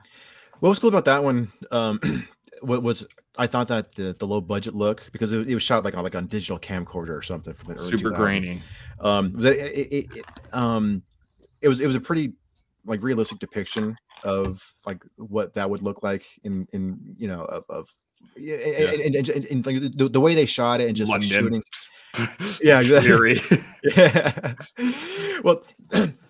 Speaker 3: What was cool about that one? Um, what was I thought that the, the low budget look because it, it was shot like on like on digital camcorder or something from the early
Speaker 4: Super
Speaker 3: 2000s.
Speaker 4: grainy.
Speaker 3: Um, was that it, it, it, um, it was it was a pretty like realistic depiction of like what that would look like in in you know of, of yeah, and, and, and, and, like, the, the way they shot it and just like,
Speaker 4: London.
Speaker 3: shooting Yeah, exactly.
Speaker 4: Fury.
Speaker 3: yeah. well,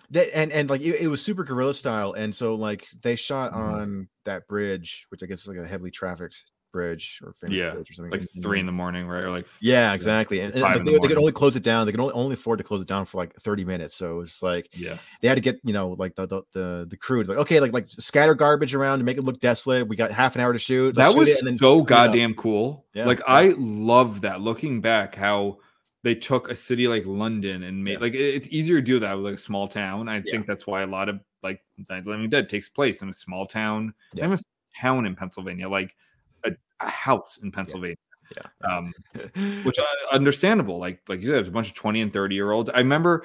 Speaker 3: that and and like it, it was super guerrilla style, and so like they shot
Speaker 4: Mhm.
Speaker 3: on that bridge, which I guess is like a heavily trafficked bridge or famous
Speaker 4: Yeah,
Speaker 3: bridge or something.
Speaker 4: like
Speaker 3: and-
Speaker 4: three in the morning, right? Or like
Speaker 3: Mm. Yeah, exactly. And, and
Speaker 4: five
Speaker 3: like,
Speaker 4: in the
Speaker 3: they, they could
Speaker 4: morning.
Speaker 3: only close it down. They could only, only afford to close it down for like thirty minutes. So it was like
Speaker 4: yeah,
Speaker 3: they had to get you know like the the the, the crew to like okay like like scatter garbage around to make it look desolate. We got half an hour to shoot.
Speaker 4: that
Speaker 3: Let's shoot
Speaker 4: was
Speaker 3: it and then clean
Speaker 4: so
Speaker 3: it up.
Speaker 4: goddamn cool.
Speaker 3: Yeah,
Speaker 4: like
Speaker 3: yeah.
Speaker 4: I love that. Looking back, how they took a city like London and made
Speaker 3: Yeah.
Speaker 4: like it- it's easier to do that with like a small town. I
Speaker 3: Yeah.
Speaker 4: think that's why a lot of like Night of the Living Dead takes place in a small town.
Speaker 3: Yeah.
Speaker 4: Yeah. a town in Pennsylvania, like a, a house in Pennsylvania.
Speaker 3: Yeah.
Speaker 4: Um, which uh, understandable. Like like you said, there's a bunch of 20 and 30 year olds. I remember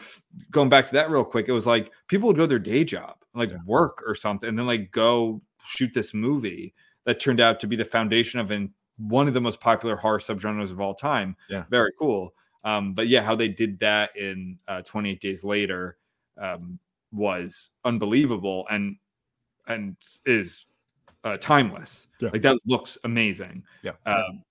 Speaker 4: going back to that real quick. It was like people would go to their day job, like
Speaker 3: Yeah.
Speaker 4: work or something, and then like go shoot this movie that turned out to be the foundation of an one of the most popular horror subgenres of all time.
Speaker 3: Yeah.
Speaker 4: very cool. Um, but yeah, how they did that in uh, 28 Days Later um, was unbelievable and and is uh, timeless.
Speaker 3: Yeah.
Speaker 4: Like that looks amazing.
Speaker 3: Yeah.
Speaker 4: Um,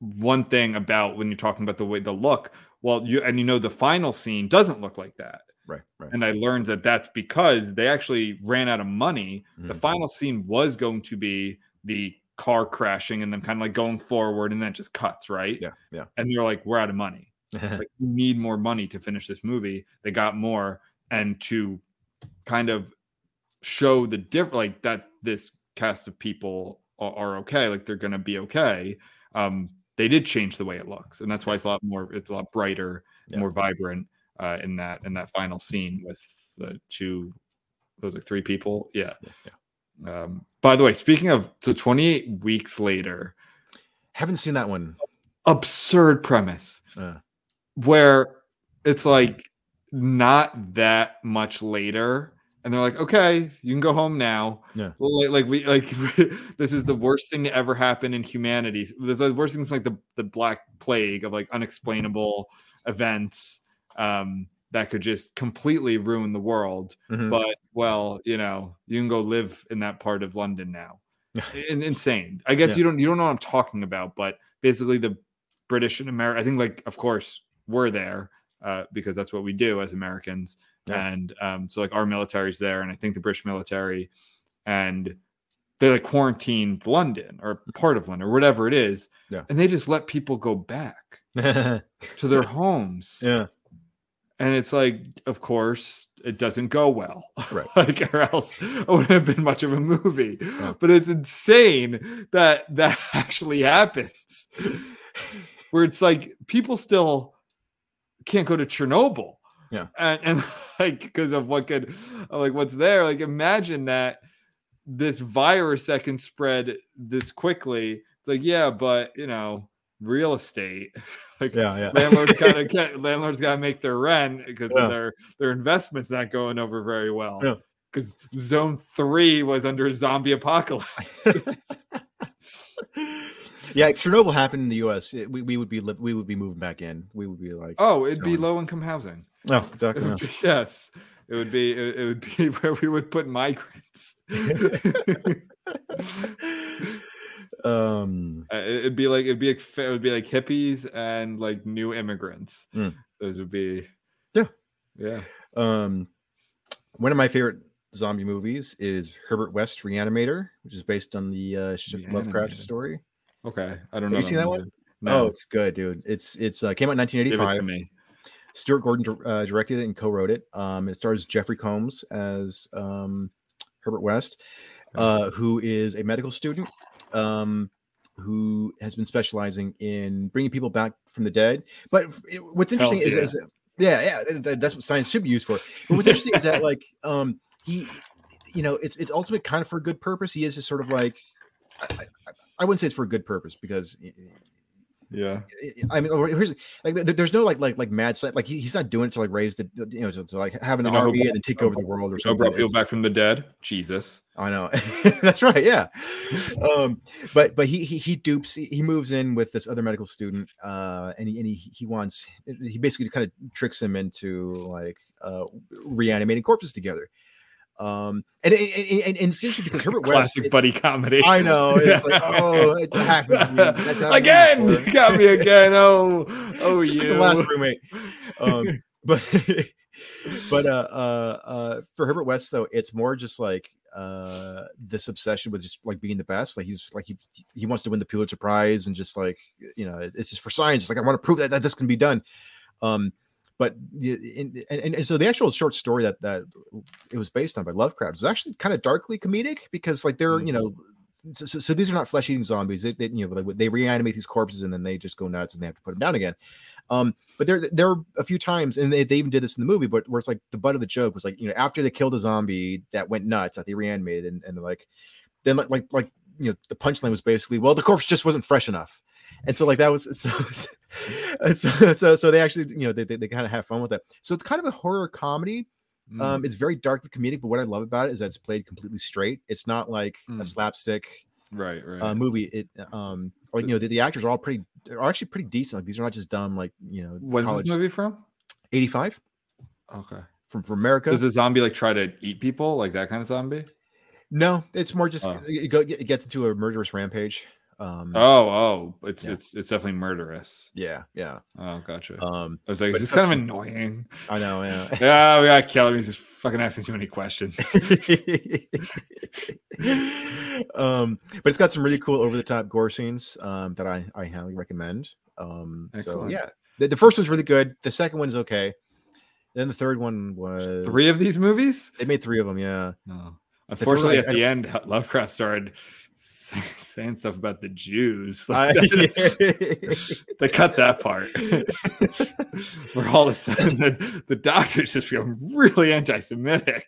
Speaker 4: one thing about when you're talking about the way the look, well, you and you know the final scene doesn't look like that.
Speaker 3: right right
Speaker 4: And I learned that that's because they actually ran out of money. The
Speaker 3: Mhm.
Speaker 4: final scene was going to be the car crashing and then kind of like going forward and then it just cuts, right?
Speaker 3: yeah yeah.
Speaker 4: And they're like, we're out of money. Like, we need more money to finish this movie. They got more and to kind of show the different, like that this cast of people are, are okay, like they're going to be okay. Um, they did change the way it looks, and that's why it's a lot more, it's a lot brighter,
Speaker 3: Yeah.
Speaker 4: more vibrant uh, in that in that final scene with the two, those like three people, yeah. Um, by the way, speaking of so 28 weeks later,
Speaker 3: Haven't seen that one.
Speaker 4: absurd premise
Speaker 3: Uh,
Speaker 4: where it's like not that much later and they're like okay you can go home now
Speaker 3: Yeah.
Speaker 4: Well, like, like we like this is the worst thing to ever happen in humanity This is the worst thing's like the, the black plague of like unexplainable events um that could just completely ruin the world
Speaker 3: mhm.
Speaker 4: but well you know you can go live in that part of london now In- insane i guess
Speaker 3: Yeah.
Speaker 4: you don't you don't know what i'm talking about but basically the british and america i think like of course we're there uh, because that's what we do as americans
Speaker 3: Yeah.
Speaker 4: and um, so like our military's there and i think the british military and they like quarantined london or part of london or whatever it is
Speaker 3: Yeah.
Speaker 4: and they just let people go back to their homes
Speaker 3: yeah.
Speaker 4: and it's like, of course, it doesn't go well.
Speaker 3: Right.
Speaker 4: like, or else it wouldn't have been much of a movie.
Speaker 3: Yeah.
Speaker 4: But it's insane that that actually happens, where it's like people still can't go to Chernobyl.
Speaker 3: Yeah.
Speaker 4: And, and like, because of what could, of, like, what's there. Like, imagine that this virus that can spread this quickly. It's like, yeah, but, you know, real estate. Like,
Speaker 3: Yeah, yeah.
Speaker 4: landlords gotta get landlords gotta make their rent because
Speaker 3: Yeah.
Speaker 4: their their investments not going over very well
Speaker 3: Yeah.
Speaker 4: because zone three was under zombie apocalypse
Speaker 3: yeah, if Chernobyl happened in the U.S., it, we, we would be li- we would be moving back in. We would be like,
Speaker 4: oh it'd be
Speaker 3: Zone.
Speaker 4: low income housing
Speaker 3: no,
Speaker 4: It
Speaker 3: exactly.
Speaker 4: would
Speaker 3: no.
Speaker 4: be- yes it would be it, it would be where we would put migrants
Speaker 3: um,
Speaker 4: Uh, it- it'd be like it'd be like fa- it would be like hippies and like new immigrants
Speaker 3: Mm.
Speaker 4: those would be
Speaker 3: Yeah.
Speaker 4: yeah
Speaker 3: um, one of my favorite zombie movies is Herbert West Reanimator, which is based on the uh, Sh- Lovecraft
Speaker 4: Reanimator.
Speaker 3: story.
Speaker 4: okay i don't
Speaker 3: Have
Speaker 4: know
Speaker 3: you seen that one? Oh, it's good, dude. It's it's uh, came out in
Speaker 4: give it to
Speaker 3: 1985.
Speaker 4: me.
Speaker 3: Stuart Gordon dir- uh, directed it and co-wrote it. Um, it stars Jeffrey Combs as um, Herbert West, uh, who is a medical student um, who has been specializing in bringing people back from the dead. But f- it- what's interesting
Speaker 4: Hells
Speaker 3: is, is- yeah, yeah, th- th- that's what science should be used for. But what's interesting is that like um, he, you know, it's it's ultimate kind of for a good purpose. He is just sort of like. I, I, I wouldn't say it's for a good purpose because
Speaker 4: Yeah.
Speaker 3: I mean, or here's like, there- there's no like, like, like mad science. Like, he, he's not doing it to like raise the, you know, to, to, like have an
Speaker 4: You know who
Speaker 3: army
Speaker 4: brought-
Speaker 3: and then take over the world or
Speaker 4: Oh,
Speaker 3: something.
Speaker 4: brought people back from the dead. Jesus.
Speaker 3: I know. That's right. Yeah. Um, but but he he, he dupes. He, he moves in with this other medical student, uh, and he and he, he wants. He basically kind of tricks him into like uh, reanimating corpses together. Um, and and, and, and- and it's interesting because Herbert West.
Speaker 4: Classic
Speaker 3: it's-
Speaker 4: buddy comedy.
Speaker 3: I know. It's like oh, it happens to me. That's happened to me
Speaker 4: again.
Speaker 3: before.
Speaker 4: Got me again. Oh, oh,
Speaker 3: Just like
Speaker 4: you.
Speaker 3: the last roommate. Um, but but uh, uh, uh, for Herbert West though, it's more just like uh, this obsession with just like being the best. Like he's like he he wants to win the Pulitzer Prize and just like you know it's, it's just for science. It's like I want to prove that, that this can be done. Um, but the- in, and, and, and so the actual short story that that it was based on by Lovecraft is actually kind of darkly comedic because like they're
Speaker 4: Mm-hmm.
Speaker 3: you know. So, so, so these are not flesh-eating zombies. They, they, you know, they, they reanimate these corpses and then they just go nuts and they have to put them down again. Um, but there there were a few times, and they, they even did this in the movie, but where it's like the butt of the joke was like, you know, after they killed a zombie that went nuts, that they reanimated, and, and they're like, then like like like you know, the punchline was basically, well, the corpse just wasn't fresh enough, and so like that was so so so, so they actually you know they they, they kind of have fun with that. So it's kind of a horror comedy,
Speaker 4: Mm.
Speaker 3: um, it's very darkly comedic, but what I love about it is that it's played completely straight. It's not like a
Speaker 4: Mm.
Speaker 3: slapstick
Speaker 4: right. Right.
Speaker 3: uh, movie. It um, like you know the, the actors are all pretty are actually pretty decent. Like these are not just dumb like you know
Speaker 4: When's this movie from?
Speaker 3: eighty five
Speaker 4: Okay.
Speaker 3: from from America.
Speaker 4: Does the zombie like try to eat people, like that kind of zombie?
Speaker 3: no, it's more just
Speaker 4: Oh.
Speaker 3: it, go, it gets into a murderous rampage. Um,
Speaker 4: Oh, oh, it's
Speaker 3: Yeah.
Speaker 4: it's it's definitely murderous.
Speaker 3: yeah, yeah.
Speaker 4: Oh, gotcha.
Speaker 3: Um,
Speaker 4: I was like,
Speaker 3: but
Speaker 4: is this
Speaker 3: that's-
Speaker 4: kind of annoying?
Speaker 3: I know. Yeah.
Speaker 4: yeah, we gotta kill him. He's just fucking asking too many questions.
Speaker 3: um, but it's got some really cool over the top gore scenes um, that I, I highly recommend. Um, so
Speaker 4: Excellent.
Speaker 3: yeah, the, the first one's really good. The second one's okay. Then the third one was
Speaker 4: Three of these movies?
Speaker 3: They made three of them. Yeah.
Speaker 4: No.
Speaker 3: throw,
Speaker 4: Unfortunately,
Speaker 3: like,
Speaker 4: at the end, Lovecraft started saying stuff about the Jews.
Speaker 3: I-
Speaker 4: Like, they cut that part. Where all of a sudden the, the doctors just become really anti-Semitic.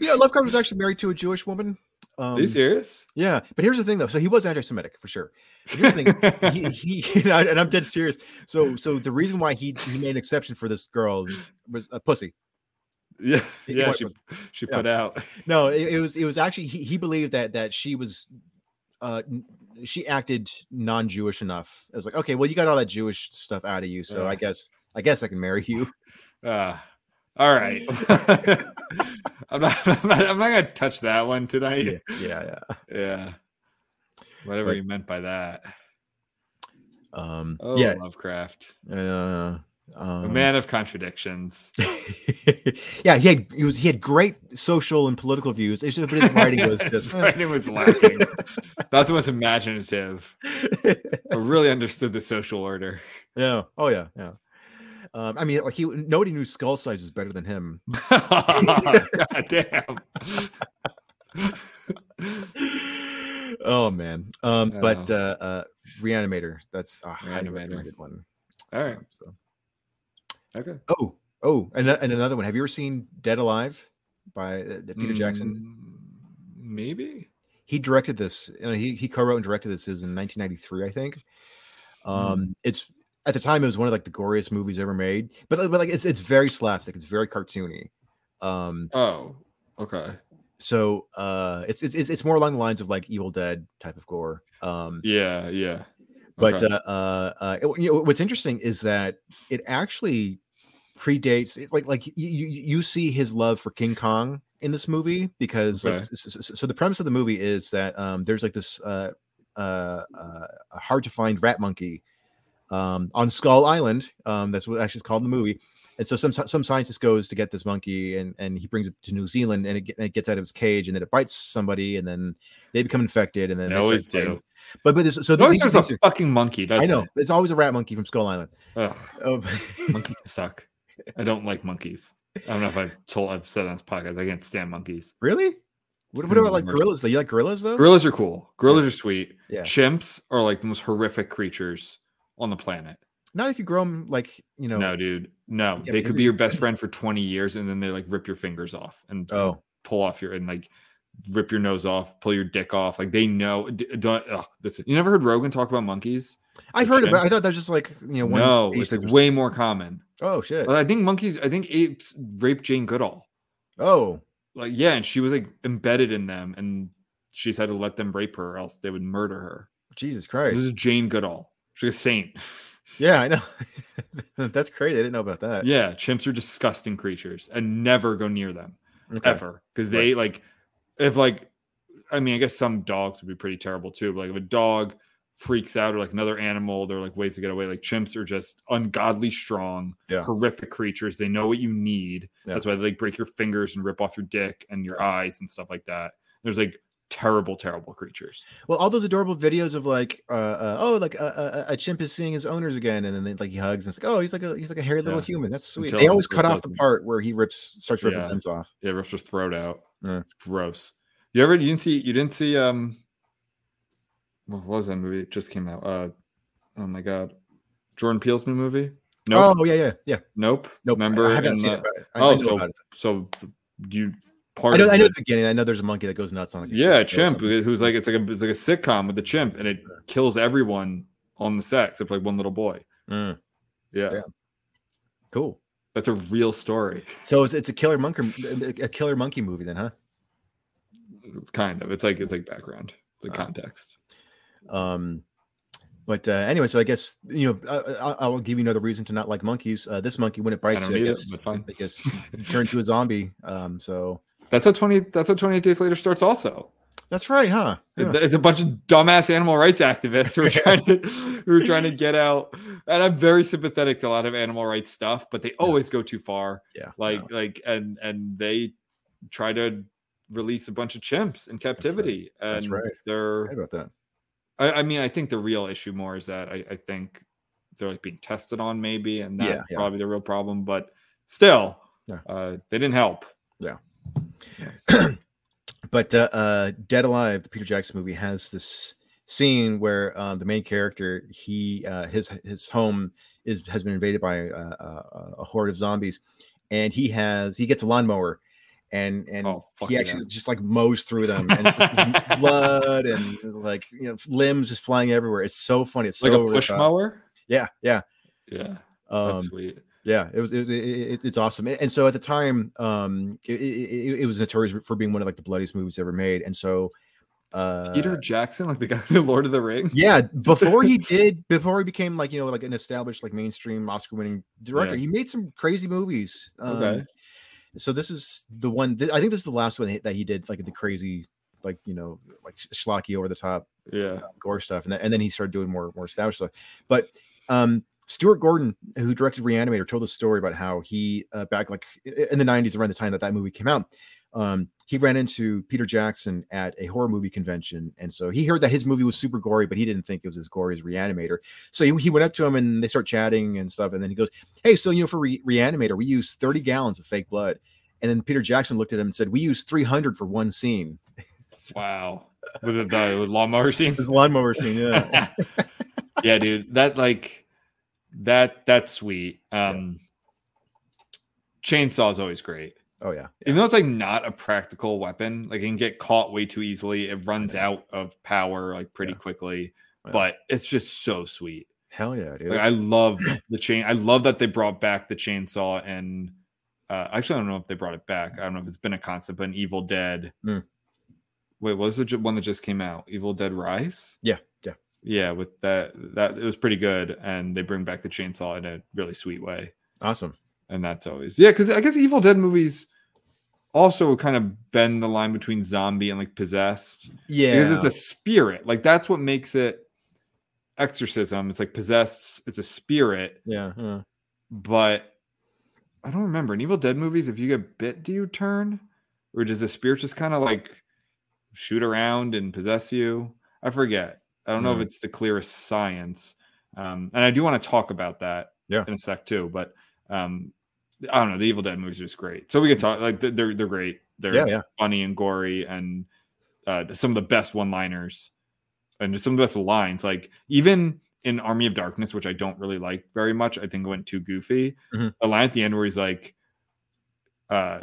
Speaker 3: you know, Lovecraft was actually married to a Jewish woman. Um,
Speaker 4: Are you serious?
Speaker 3: yeah, but here's the thing though. So he was anti-Semitic for sure. But here's the thing: he, he and, I, and I'm dead serious. So, so the reason why he he made an exception for this girl was a pussy.
Speaker 4: yeah,
Speaker 3: he
Speaker 4: yeah,
Speaker 3: went
Speaker 4: she,
Speaker 3: with-
Speaker 4: she
Speaker 3: yeah.
Speaker 4: put out.
Speaker 3: No, it, it was it was actually he, he believed that that she was, uh, n- she acted non-Jewish enough. It was like, okay, well, you got all that Jewish stuff out of you, so I
Speaker 4: Yeah.
Speaker 3: guess I guess I can marry you.
Speaker 4: Uh, all right. I'm, not, I'm not. I'm not gonna touch that one tonight.
Speaker 3: yeah,
Speaker 4: Yeah.
Speaker 3: yeah.
Speaker 4: Whatever
Speaker 3: But-
Speaker 4: you meant by that.
Speaker 3: Um,
Speaker 4: Oh,
Speaker 3: yeah.
Speaker 4: Lovecraft,
Speaker 3: Uh,
Speaker 4: Oh. a
Speaker 3: um,
Speaker 4: man of contradictions.
Speaker 3: yeah, he had he, was, he had great social and political views. It's just- but his writing was
Speaker 4: His
Speaker 3: just. eh.
Speaker 4: writing was lacking. not the most imaginative, but really understood the social order.
Speaker 3: yeah. Oh yeah. Yeah. Um, I mean, like he nobody knew skull sizes better than him.
Speaker 4: God damn.
Speaker 3: oh man. Um, but
Speaker 4: Oh.
Speaker 3: uh, uh, Reanimator. That's a highly
Speaker 4: Reanimator.
Speaker 3: recommended one.
Speaker 4: All right.
Speaker 3: Um, so-
Speaker 4: Okay.
Speaker 3: Oh, oh, and, a- and another one. Have you ever seen Dead Alive by uh, the Peter Jackson?
Speaker 4: Mm, Maybe.
Speaker 3: He directed this. You know, he he co-wrote and directed this. It was in 1993, I think. Um, it's at the time it was one of like the goriest movies ever made, but like- but like it's it's very slapstick. It's very cartoony. Um,
Speaker 4: Oh. Okay.
Speaker 3: so uh, it's it's it's it's more along the lines of like Evil Dead type of gore. Um,
Speaker 4: Yeah. Yeah.
Speaker 3: But
Speaker 4: Okay.
Speaker 3: uh, uh, uh, it- you know, what's interesting is that it actually predates it, like like you, you you see his love for King Kong in this movie because like,
Speaker 4: Okay.
Speaker 3: s- s- s- so the premise of the movie is that um, there's like this uh, uh, uh, hard to find rat monkey um, on Skull Island. Um, that's what actually it's called in the movie. And so some some scientist goes to get this monkey, and and he brings it to New Zealand, and it, get- and it gets out of its cage, and then it bites somebody, and then they become infected, and then
Speaker 4: They
Speaker 3: start
Speaker 4: always
Speaker 3: playing.
Speaker 4: do.
Speaker 3: But but there's, so
Speaker 4: Notice
Speaker 3: these,
Speaker 4: there's
Speaker 3: these
Speaker 4: a
Speaker 3: are,
Speaker 4: fucking monkey. That's
Speaker 3: I know
Speaker 4: It. Oh.
Speaker 3: it's always a rat monkey from Skull Island.
Speaker 4: Ugh,
Speaker 3: Um,
Speaker 4: monkeys suck. I don't like monkeys. I don't know if I've told I've said on this podcast I can't stand monkeys.
Speaker 3: really? What, what
Speaker 4: Couldn't
Speaker 3: about like
Speaker 4: remember.
Speaker 3: gorillas? though? You like gorillas though?
Speaker 4: Gorillas are cool. Gorillas are sweet.
Speaker 3: Yeah.
Speaker 4: Chimps are like the most horrific creatures on the planet.
Speaker 3: Not if you grow them like you know.
Speaker 4: No, dude. No.
Speaker 3: Yeah,
Speaker 4: they
Speaker 3: but
Speaker 4: could
Speaker 3: every-
Speaker 4: be your best friend for 20 years and then they like rip your fingers off and
Speaker 3: Oh,
Speaker 4: pull off your and like rip your nose off, pull your dick off. Like they know. d- Don't, ugh, this, you never heard Rogan talk about monkeys?
Speaker 3: I've heard it, but I thought that was just like you know one.
Speaker 4: no, it's
Speaker 3: species
Speaker 4: like
Speaker 3: or
Speaker 4: way more common.
Speaker 3: something. oh shit.
Speaker 4: But I think monkeys, I think apes raped Jane Goodall.
Speaker 3: Oh,
Speaker 4: Like, yeah, and she was like embedded in them and she's had to let them rape her or else they would murder her.
Speaker 3: Jesus Christ.
Speaker 4: This is Jane Goodall. She's a saint.
Speaker 3: Yeah, I know. That's crazy. I didn't know about that.
Speaker 4: Yeah, chimps are disgusting creatures and never go near them
Speaker 3: Okay.
Speaker 4: ever because they like if like I mean I guess some dogs would be pretty terrible too. But like if a dog freaks out or like another animal, there are like ways to get away. Like chimps are just ungodly strong,
Speaker 3: Yeah.
Speaker 4: horrific creatures. They know what you need.
Speaker 3: Yeah.
Speaker 4: That's why they like break your fingers and rip off your dick and your eyes and stuff like that. There's like terrible, terrible creatures.
Speaker 3: Well, all those adorable videos of like, uh, uh oh, like uh, uh, a chimp is seeing his owners again, and then they, like he hugs and it's like, oh, he's like a he's like a hairy little
Speaker 4: Yeah.
Speaker 3: human. That's sweet.
Speaker 4: Until-
Speaker 3: They always
Speaker 4: until
Speaker 3: cut
Speaker 4: it
Speaker 3: off the
Speaker 4: doesn't.
Speaker 3: part where he rips starts ripping
Speaker 4: Yeah.
Speaker 3: limbs off.
Speaker 4: It rips your throat out.
Speaker 3: Yeah.
Speaker 4: It's gross. You ever you didn't see you didn't see um what was that movie that just came out? Uh oh my god. Jordan Peele's new movie? Nope.
Speaker 3: Oh yeah, yeah, yeah.
Speaker 4: nope.
Speaker 3: Nope. I-
Speaker 4: Remember
Speaker 3: I haven't
Speaker 4: in
Speaker 3: seen
Speaker 4: the-
Speaker 3: it. But I, I
Speaker 4: oh,
Speaker 3: know
Speaker 4: so
Speaker 3: about it.
Speaker 4: so th- you
Speaker 3: I
Speaker 4: part
Speaker 3: know,
Speaker 4: of
Speaker 3: I know
Speaker 4: it-
Speaker 3: at the beginning. I know there's a monkey that goes nuts on it.
Speaker 4: yeah, chimp who's like it's like a it's like a sitcom with a chimp and it
Speaker 3: Yeah.
Speaker 4: kills everyone on the set except for, like one little boy.
Speaker 3: Mm,
Speaker 4: Yeah.
Speaker 3: Yeah. cool.
Speaker 4: That's a real story.
Speaker 3: So it's, it's a killer monkey, a killer monkey movie, then, huh?
Speaker 4: Kind of. It's like it's like background. It's like
Speaker 3: Wow.
Speaker 4: context.
Speaker 3: Um, but uh, anyway, so I guess you know I, I, I will give you another reason to not like monkeys. Uh, this monkey, when it bites
Speaker 4: don't
Speaker 3: you, I
Speaker 4: need it,
Speaker 3: guess,
Speaker 4: but fine.
Speaker 3: I guess you turn to a zombie. Um, so
Speaker 4: That's how 20 that's how 28 days later starts also.
Speaker 3: that's right, huh? Yeah.
Speaker 4: It- It's a bunch of dumbass animal rights activists who are trying to who are trying to get out. And I'm very sympathetic to a lot of animal rights stuff, but they always go too far.
Speaker 3: Yeah,
Speaker 4: Like
Speaker 3: no.
Speaker 4: like and and they try to release a bunch of chimps in captivity.
Speaker 3: That's
Speaker 4: And
Speaker 3: right.
Speaker 4: they're
Speaker 3: Sorry about that.
Speaker 4: I, I mean, I think the real issue more is that I, I think they're like being tested on, maybe, and that's
Speaker 3: Yeah, yeah.
Speaker 4: probably the real problem, but still
Speaker 3: Yeah.
Speaker 4: uh they didn't help.
Speaker 3: But uh, uh, Dead Alive, the Peter Jackson movie, has this scene where um, the main character, he uh, his his home is has been invaded by uh, uh, a horde of zombies, and he has he gets a lawnmower, and and
Speaker 4: Oh, fuck
Speaker 3: he
Speaker 4: yeah.
Speaker 3: actually just like mows through them, and it's just this blood and like you know limbs just flying everywhere. It's so funny. It's
Speaker 4: Like
Speaker 3: so
Speaker 4: a push
Speaker 3: over the top.
Speaker 4: mower.
Speaker 3: Yeah, yeah.
Speaker 4: Yeah,
Speaker 3: Um,
Speaker 4: that's sweet.
Speaker 3: yeah it was it, it, it- it's awesome A- and so at the time um it, it, it- it was notorious for being one of like the bloodiest movies ever made and so uh
Speaker 4: Peter Jackson, like the guy who did Lord of the Rings.
Speaker 3: yeah before he did before he became like you know like an established like mainstream oscar winning director
Speaker 4: Yeah.
Speaker 3: he made some crazy movies um,
Speaker 4: Okay.
Speaker 3: so this is the one th- i think this is the last one that he did like the crazy like you know like sh- schlocky over the top
Speaker 4: Yeah.
Speaker 3: gore stuff, and, th- and then he started doing more more established stuff. But um, Stuart Gordon, who directed Reanimator, told a story about how he uh, back like i- in the '90s, around the time that that movie came out, um, he ran into Peter Jackson at a horror movie convention, and so he heard that his movie was super gory, but he didn't think it was as gory as Reanimator. So he, he went up to him and they start chatting and stuff, and then he goes, "Hey, so you know for Re- Reanimator, we use 30 gallons of fake blood." And then Peter Jackson looked at him and said, "We use 300 for one scene."
Speaker 4: Wow. Was it the it was lawnmower scene?
Speaker 3: This lawnmower scene, yeah.
Speaker 4: yeah, dude. That like that that's sweet. Um chainsaw is always great.
Speaker 3: Oh yeah.
Speaker 4: Even though it's like not a practical weapon, like it can get caught way too easily. It runs out of power like pretty
Speaker 3: Yeah.
Speaker 4: quickly.
Speaker 3: Yeah.
Speaker 4: But it's just so sweet.
Speaker 3: Hell yeah, dude.
Speaker 4: Like I love the chain. I love that they brought back the chainsaw and uh, actually I don't know if they brought it back. I don't know if it's been a constant, but in Evil Dead.
Speaker 3: Mm.
Speaker 4: Wait, what was the ju- one that just came out? Evil Dead Rise.
Speaker 3: Yeah, yeah.
Speaker 4: yeah. With that, that it was pretty good, and they bring back the chainsaw in a really sweet way,
Speaker 3: Awesome.
Speaker 4: and that's always yeah. Because I guess Evil Dead movies also kind of bend the line between zombie and like possessed
Speaker 3: Yeah.
Speaker 4: because it's a spirit. Like that's what makes it. exorcism. It's like possessed. It's a spirit,
Speaker 3: Yeah. uh,
Speaker 4: but I don't remember in Evil Dead movies. If you get bit, do you turn, or does the spirit just kind of like shoot around and possess you? I forget. I don't know if
Speaker 3: Mm.
Speaker 4: it's the clearest science, um, and I do want to talk about that
Speaker 3: Yeah.
Speaker 4: in a sec too. But um, I don't know. The Evil Dead movies are just great, so we can talk. Like they're- they're they're great. They're
Speaker 3: yeah. Yeah.
Speaker 4: funny and gory and uh, some of the best one-liners and just some of the best lines. Like even in Army of Darkness, which I don't really like very much, I think it went too goofy.
Speaker 3: Mhm.
Speaker 4: A line at the end where he's like, uh,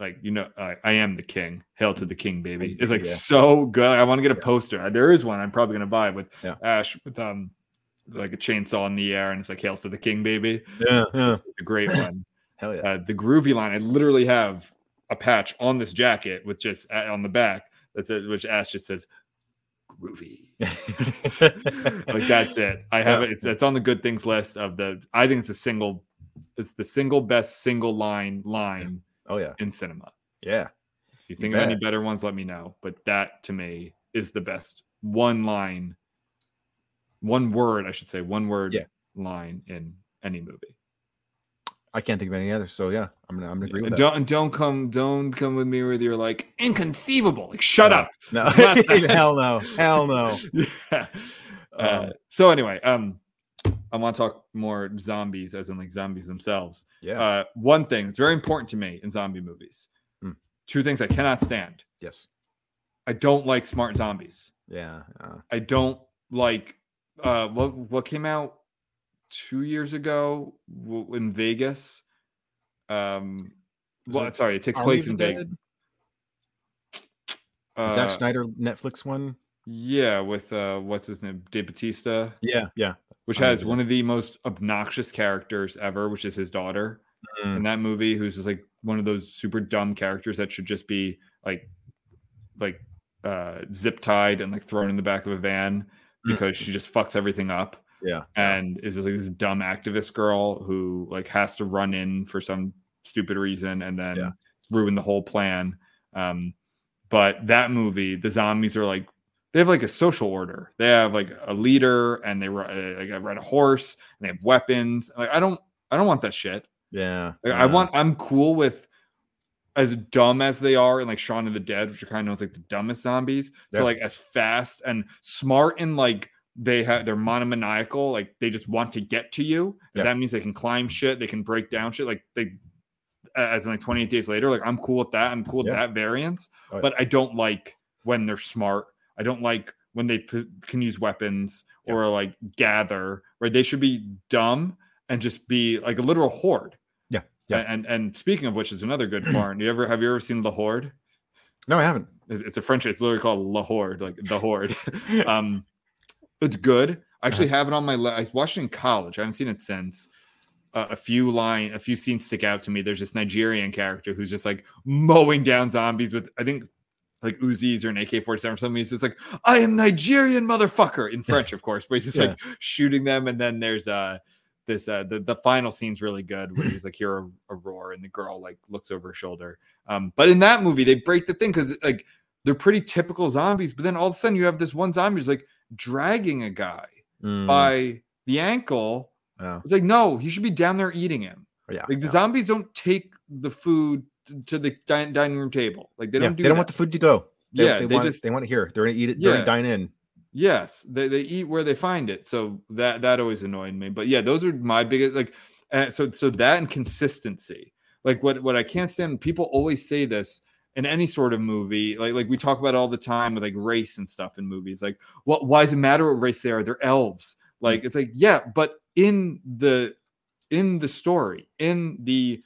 Speaker 4: like you know, uh, I, I am the king. Hail to the king, baby! It's like
Speaker 3: Yeah.
Speaker 4: so good. I want to get a poster. Uh, There is one. I'm probably gonna buy with
Speaker 3: Yeah.
Speaker 4: Ash with um like a chainsaw in the air, and it's like hail to the king, baby.
Speaker 3: Yeah. Yeah.
Speaker 4: It's a great one
Speaker 3: Hell yeah.
Speaker 4: uh, the groovy line. I literally have a patch on this jacket with just uh, on the back that's it, which Ash just says groovy. like that's it. I have it. It's, that's on the good things list of the. I think it's the single. It's the single best single line line
Speaker 3: Oh yeah.
Speaker 4: in cinema.
Speaker 3: Yeah.
Speaker 4: If you think
Speaker 3: You
Speaker 4: of any better ones, let me know. But that to me is the best one line, one word, I should say, one word
Speaker 3: Yeah.
Speaker 4: line in any movie.
Speaker 3: I can't think of any other. So yeah, I'm gonna I'm gonna agree
Speaker 4: Yeah,
Speaker 3: with
Speaker 4: and
Speaker 3: that.
Speaker 4: don't and don't come don't come with me with your like inconceivable. Like shut
Speaker 3: Yeah.
Speaker 4: up.
Speaker 3: No. Hell no. Hell no.
Speaker 4: yeah. Uh,
Speaker 3: Um,
Speaker 4: so anyway, um, I want to talk more zombies, as in like zombies themselves.
Speaker 3: Yeah.
Speaker 4: Uh, one thing that's very important to me in zombie movies.
Speaker 3: Hmm.
Speaker 4: Two things I cannot stand.
Speaker 3: yes.
Speaker 4: I don't like smart zombies.
Speaker 3: Yeah. Uh,
Speaker 4: I don't like uh, what what came out two years ago w- in Vegas. Um,
Speaker 3: Was
Speaker 4: well,
Speaker 3: it
Speaker 4: sorry, it takes
Speaker 3: Army
Speaker 4: place
Speaker 3: of
Speaker 4: in
Speaker 3: the
Speaker 4: Vegas. Uh,
Speaker 3: Dead? Zack Snyder Netflix one.
Speaker 4: Yeah, with uh what's his name? Dave Batista,
Speaker 3: Yeah. Yeah.
Speaker 4: which
Speaker 3: I
Speaker 4: has
Speaker 3: remember
Speaker 4: one of the most obnoxious characters ever, which is his daughter
Speaker 3: Mm.
Speaker 4: in that movie, who's just like one of those super dumb characters that should just be like like uh zip tied and like thrown in the back of a van
Speaker 3: Mm.
Speaker 4: because she just fucks everything up.
Speaker 3: Yeah.
Speaker 4: And is just like this dumb activist girl who like has to run in for some stupid reason and then
Speaker 3: Yeah.
Speaker 4: ruin the whole plan. Um, but that movie, the zombies are like they have like a social order. They have like a leader, and they ri- uh, like I ride a horse, and they have weapons. Like I don't, I don't want that shit.
Speaker 3: Yeah.
Speaker 4: Like, I
Speaker 3: uh,
Speaker 4: want. I'm cool with as dumb as they are, and like Shaun of the Dead, which are kind of known as like the dumbest zombies.
Speaker 3: Yeah.
Speaker 4: So like as fast and smart and like they have they're monomaniacal. Like they just want to get to you.
Speaker 3: Yeah.
Speaker 4: And That means they can climb shit. They can break down shit. Like they as in like 28 days later. Like I'm cool with that. I'm cool with
Speaker 3: Yeah.
Speaker 4: that variance.
Speaker 3: Oh, yeah.
Speaker 4: But I don't like when they're smart. I don't like when they p- can use weapons
Speaker 3: Yeah.
Speaker 4: or like gather. Right? They should be dumb and just be like a literal horde.
Speaker 3: Yeah.
Speaker 4: And and speaking of which, is another good foreign. You ever have you ever seen The Horde?
Speaker 3: No, I haven't.
Speaker 4: It's, it's a French. It's literally called La Horde, like The Horde. um, it's good. I actually have it on my. Le- I watched it in college. I haven't seen it since. Uh, a few line, a few scenes stick out to me. There's this Nigerian character who's just like mowing down zombies with I think like Uzis or an AK-47 or something. He's just like, I am Nigerian motherfucker in French, of course, but he's just
Speaker 3: Yeah.
Speaker 4: like shooting them. And then there's uh this uh the, the final scene's really good where he's like hear a, a roar and the girl like looks over her shoulder. Um, but in that movie, they break the thing because like they're pretty typical zombies, but then all of a sudden you have this one zombie who's like dragging a guy
Speaker 3: Mm,
Speaker 4: by the ankle.
Speaker 3: oh,
Speaker 4: It's like, no, he should be down there eating him.
Speaker 3: yeah.
Speaker 4: Like the
Speaker 3: yeah.
Speaker 4: zombies don't take the food t- to the din- dining room table. Like they
Speaker 3: Yeah,
Speaker 4: don't do
Speaker 3: they don't
Speaker 4: that.
Speaker 3: want the food to go. They,
Speaker 4: yeah,
Speaker 3: they,
Speaker 4: they,
Speaker 3: want
Speaker 4: just
Speaker 3: they want it here. They're gonna eat it during
Speaker 4: Yeah.
Speaker 3: dine in.
Speaker 4: yes, they, they eat where they find it. So that that always annoyed me. But yeah, those are my biggest like uh, so so that and consistency. Like what what I can't stand people always say this in any sort of movie. Like like we talk about all the time with like race and stuff in movies. Like what why does it matter what race they are? They're elves. Like it's like yeah, but in the in the story, in the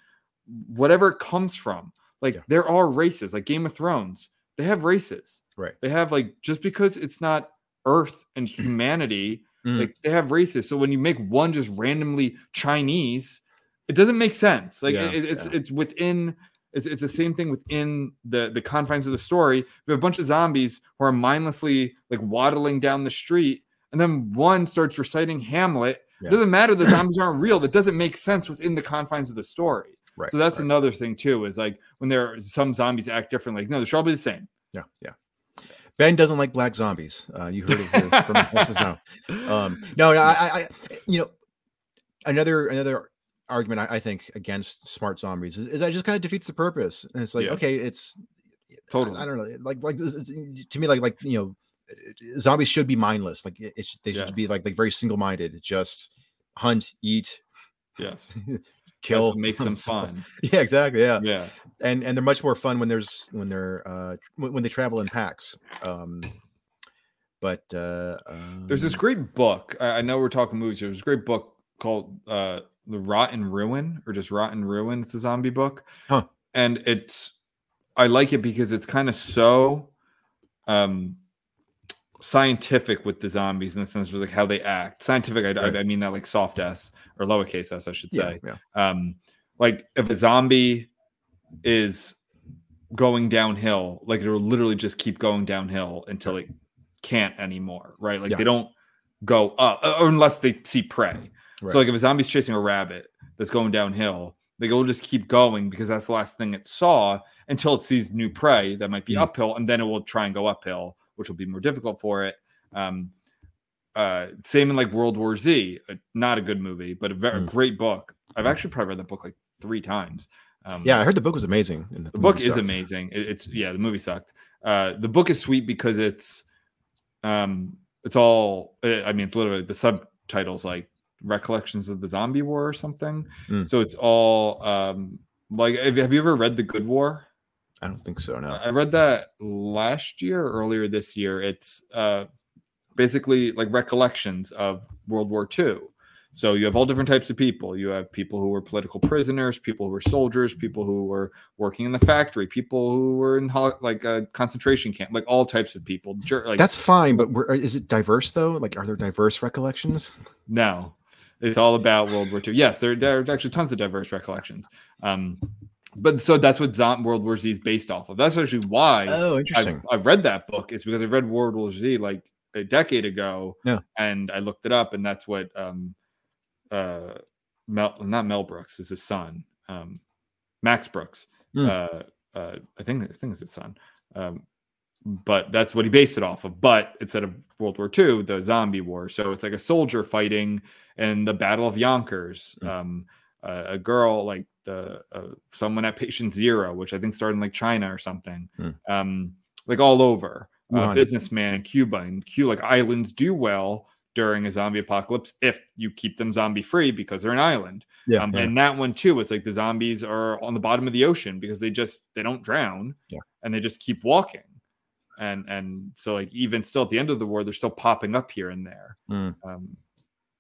Speaker 4: whatever it comes from, like
Speaker 3: Yeah.
Speaker 4: there are races. Like Game of Thrones, they have races.
Speaker 3: Right.
Speaker 4: They have like just because it's not Earth and humanity,
Speaker 3: Mm.
Speaker 4: like they have races. So when you make one just randomly Chinese, it doesn't make sense. Like
Speaker 3: Yeah,
Speaker 4: it- it's
Speaker 3: yeah.
Speaker 4: it's within. It's, it's the same thing within the, the confines of the story. If you have a bunch of zombies who are mindlessly like waddling down the street, and then one starts reciting Hamlet,
Speaker 3: Yeah.
Speaker 4: it doesn't matter the zombies aren't real. That doesn't make sense within the confines of the story.
Speaker 3: Right.
Speaker 4: So that's
Speaker 3: right.
Speaker 4: another thing too. Is like when there are some zombies act differently. Like no, they should all be the same.
Speaker 3: yeah, yeah. Ben doesn't like black zombies. Uh, you heard it here from us now. Um, no, no, I, I, I- you know, another another argument I, I think against smart zombies is, is that it just kind of defeats the purpose. And it's like,
Speaker 4: Yeah.
Speaker 3: okay, it's
Speaker 4: totally.
Speaker 3: I, I don't know, like like this is- to me, like like you know, zombies should be mindless. Like it, it should- they should be
Speaker 4: Yes.
Speaker 3: like like very single minded. Just hunt, eat,
Speaker 4: yes. That's
Speaker 3: kill.
Speaker 4: what makes them fun.
Speaker 3: Yeah, exactly. Yeah
Speaker 4: Yeah.
Speaker 3: and and they're much more fun when there's when they're uh tr- when when they travel in packs um but uh
Speaker 4: There's this
Speaker 3: um,
Speaker 4: great book. I, I know we're talking movies here. There's a great book called uh, The Rotten Ruin or just Rotten Ruin. It's a zombie book.
Speaker 3: Huh.
Speaker 4: And it's, I like it because it's kind of so um, scientific with the zombies in the sense of like how they act. Scientific, I, I-
Speaker 3: Right.
Speaker 4: I mean that like soft S or lowercase s, I should
Speaker 3: yeah,
Speaker 4: say.
Speaker 3: yeah
Speaker 4: Um, like if a zombie is going downhill, like it'll literally just keep going downhill until it can't anymore, right? Like
Speaker 3: Yeah.
Speaker 4: they don't go up uh, or unless they see prey.
Speaker 3: Right.
Speaker 4: So like if a zombie's chasing a rabbit that's going downhill, like it'll just keep going because that's the last thing it saw until it sees new prey that might be
Speaker 3: Mhm.
Speaker 4: uphill, and then it will try and go uphill, which will be more difficult for it. Um, uh, same in like World War Z, uh, not a good movie, but a very
Speaker 3: Mm.
Speaker 4: great book. I've actually probably read that book like three times. Um,
Speaker 3: yeah i heard the book was amazing and
Speaker 4: the book
Speaker 3: movie
Speaker 4: is
Speaker 3: sucked.
Speaker 4: amazing. It- it's yeah, the movie sucked. Uh, the book is sweet because it's, um, it's all. uh, I mean, it's literally the subtitles like recollections of the zombie war or something.
Speaker 3: Mm.
Speaker 4: So it's all um, like. Have have you ever read the Good War?
Speaker 3: i don't think so no
Speaker 4: I I read that last year, or earlier this year. It's uh, basically like recollections of World War II. So you have all different types of people. You have people who were political prisoners, people who were soldiers, people who were working in the factory, people who were in hol- like a concentration camp, like all types of people. Jer- like
Speaker 3: that's fine but we're, is it diverse though like are there diverse recollections
Speaker 4: No, it's all about World War II. Yes, there, there are actually tons of diverse recollections. Um, but so that's what Zom- World War Z is based off of. That's actually why
Speaker 3: oh
Speaker 4: I,
Speaker 3: interesting
Speaker 4: I read that book is because I read World War Z like a decade ago.
Speaker 3: Yeah.
Speaker 4: And I looked it up, and that's what um uh Mel not Mel Brooks is his son. Um Max Brooks.
Speaker 3: Mm.
Speaker 4: Uh, uh I think I think it's his son. Um but that's what he based it off of. But instead of World War II, the zombie war. So it's like a soldier fighting in the Battle of Yonkers.
Speaker 3: Mm.
Speaker 4: Um uh, a girl like the uh, someone at patient zero which i think started in like china or something
Speaker 3: Mm.
Speaker 4: um like all over. Uh,
Speaker 3: Wuhan.
Speaker 4: businessman in Cuba and Cuba, like islands do well during a zombie apocalypse if you keep them zombie free because they're an island.
Speaker 3: yeah,
Speaker 4: Um,
Speaker 3: yeah.
Speaker 4: And that one too, it's like the zombies are on the bottom of the ocean because they just they don't drown
Speaker 3: Yeah.
Speaker 4: and they just keep walking. And and so like even still at the end of the war, they're still popping up here and there.
Speaker 3: Mm.
Speaker 4: Um,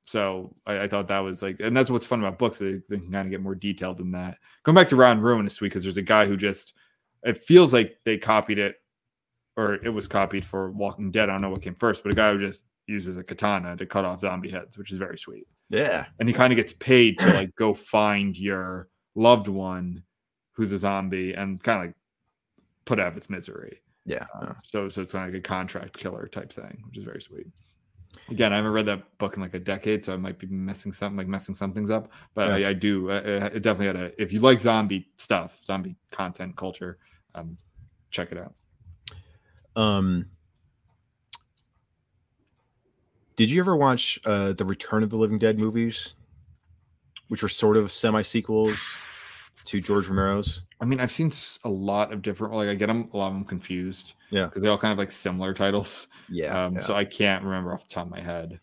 Speaker 4: so I, I thought that was like, and that's what's fun about books. They, they can kind of get more detailed than that. Going back to Ron Ruin this week, because there's a guy who just, it feels like they copied it or it was copied for Walking Dead. I don't know what came first, but a guy who just uses a katana to cut off zombie heads, which is very sweet.
Speaker 3: yeah
Speaker 4: And he kind of gets paid to like go find your loved one who's a zombie and kind of like put out of its misery.
Speaker 3: yeah
Speaker 4: Um,
Speaker 3: uh,
Speaker 4: So, so it's kind of like a contract killer type thing, which is very sweet. Again, I haven't read that book in like a decade, so I might be messing something like messing some things up. But I, I do. I, I- it definitely had a. If you like zombie stuff, zombie content, culture, um, check it out.
Speaker 3: um did you ever watch uh the return of the living dead movies which were sort of semi sequels to george romero's
Speaker 4: I mean, I've seen s- a lot of different. Like, I get them a lot of them confused.
Speaker 3: Yeah.
Speaker 4: because they all kind of like similar titles.
Speaker 3: Yeah.
Speaker 4: um,
Speaker 3: yeah.
Speaker 4: So I can't remember off the top of my head.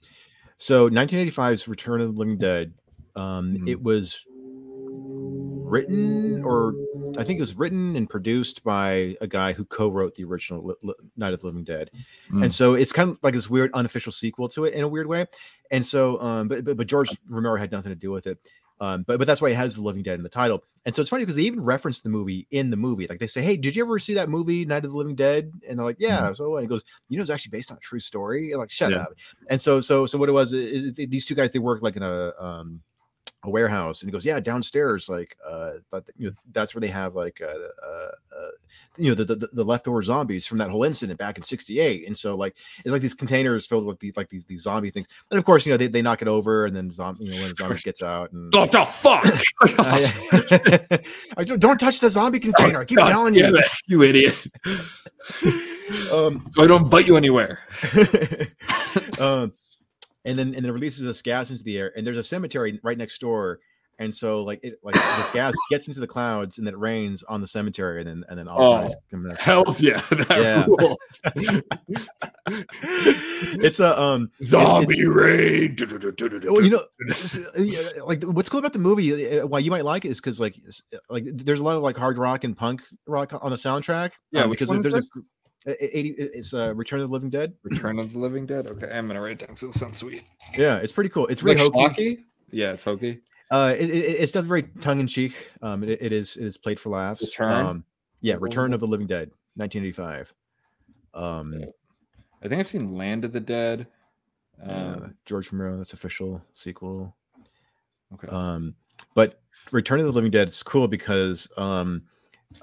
Speaker 3: So 1985's Return of the Living Dead, um,
Speaker 4: Mhm.
Speaker 3: it was written, or I think it was written and produced by a guy who co-wrote the original Li- Li- Night of the Living Dead,
Speaker 4: Mm.
Speaker 3: and so it's kind of like this weird unofficial sequel to it in a weird way. And so, um, but, but but George Romero had nothing to do with it. Um, but but that's why it has the Living Dead in the title. And so it's funny because they even reference the movie in the movie. Like they say, "Hey, did you ever see that movie Night of the Living Dead?" And they're like, "Yeah." So and he goes, "You know, it's actually based on a true story." And like, shut
Speaker 4: Yeah.
Speaker 3: up. And so so so what it was, i- i- these two guys they worked like in a um, a warehouse, and he goes, "Yeah, downstairs, like uh, but, you know, that's where they have like uh, uh, uh, you know the, the the leftover zombies from that whole incident back in 68 and so like it's like these containers filled with these like these these zombie things and of course you know they, they knock it over and then zombie you know when the zombie gets out and
Speaker 4: What the fuck? Oh,
Speaker 3: Uh,
Speaker 4: Oh,
Speaker 3: yeah. I don't, don't touch the zombie container i keep
Speaker 4: God
Speaker 3: telling
Speaker 4: damn
Speaker 3: you
Speaker 4: it, you idiot!
Speaker 3: um,
Speaker 4: So I don't bite you anywhere.
Speaker 3: um, and then and then releases this gas into the air, and there's a cemetery right next door, and so like it like this gas gets into the clouds, and then it rains on the cemetery, and then and then all
Speaker 4: Oh,
Speaker 3: eyes come to us.
Speaker 4: Hells yeah, that
Speaker 3: Yeah.
Speaker 4: rules.
Speaker 3: it's a um
Speaker 4: Zombie raid.
Speaker 3: well, you know it's, uh, yeah, like what's cool about the movie uh, why you might like it is because like it's, uh, like there's a lot of like hard rock and punk rock on the soundtrack
Speaker 4: yeah,
Speaker 3: um,
Speaker 4: which
Speaker 3: because
Speaker 4: one
Speaker 3: there-
Speaker 4: is
Speaker 3: there's
Speaker 4: this?
Speaker 3: a a- 80 it's uh return of the living dead
Speaker 4: Return of the Living Dead. Okay, I'm gonna write it down so it sounds sweet.
Speaker 3: yeah it's pretty cool it's really
Speaker 4: like
Speaker 3: hokey.
Speaker 4: schlocky? Yeah, it's hokey.
Speaker 3: Uh, it, it, it's definitely very tongue in cheek. Um, it, it is it is played for laughs.
Speaker 4: Return?
Speaker 3: Um, yeah,
Speaker 4: Of the
Speaker 3: Return
Speaker 4: Living
Speaker 3: of the Living Dead, 1985. Um,
Speaker 4: I think I've seen Land of the Dead.
Speaker 3: uh,
Speaker 4: Um,
Speaker 3: George Romero, that's official sequel.
Speaker 4: okay.
Speaker 3: Um, but Return of the Living Dead is cool because um,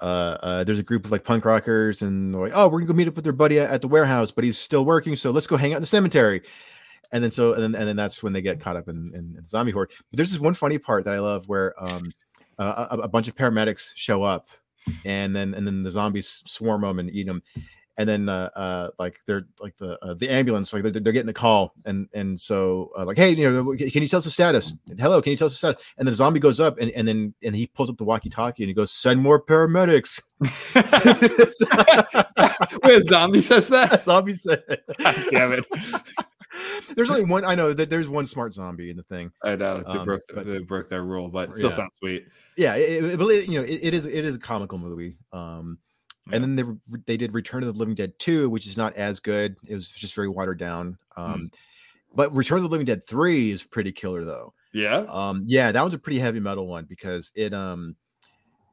Speaker 3: uh, uh, there's a group of like punk rockers, and they're like, oh, we're gonna go meet up with their buddy at, at the warehouse, but he's still working, so let's go hang out in the cemetery. And then so and then and then that's when they get caught up in, in, in zombie horde. But there's this one funny part that I love where um, uh, a, a bunch of paramedics show up, and then and then the zombies swarm them and eat them. And then, uh, uh, like they're like the uh, the ambulance, like they're, they're getting a call, and and so uh, like, hey, you know, can you tell us the status? Hello, can you tell us the status? And the zombie goes up, and, and then and he pulls up the walkie-talkie, and he goes, send more paramedics.
Speaker 4: Wait, a zombie says that?
Speaker 3: zombie said,
Speaker 4: Damn it!
Speaker 3: there's only one. I know that there's one smart zombie in the thing.
Speaker 4: I know they
Speaker 3: Um,
Speaker 4: broke
Speaker 3: but-
Speaker 4: they broke their rule, but it still
Speaker 3: Yeah.
Speaker 4: sounds sweet.
Speaker 3: Yeah, it, it, but it- you know, it, it is it is a comical movie. Um,
Speaker 4: Yeah.
Speaker 3: and then they re- they did Return of the Living Dead two, which is not as good. It was just very watered down.
Speaker 4: Mm.
Speaker 3: Um, but Return of the Living Dead three is pretty killer though.
Speaker 4: Yeah.
Speaker 3: Um, yeah, that was a pretty heavy metal one because it um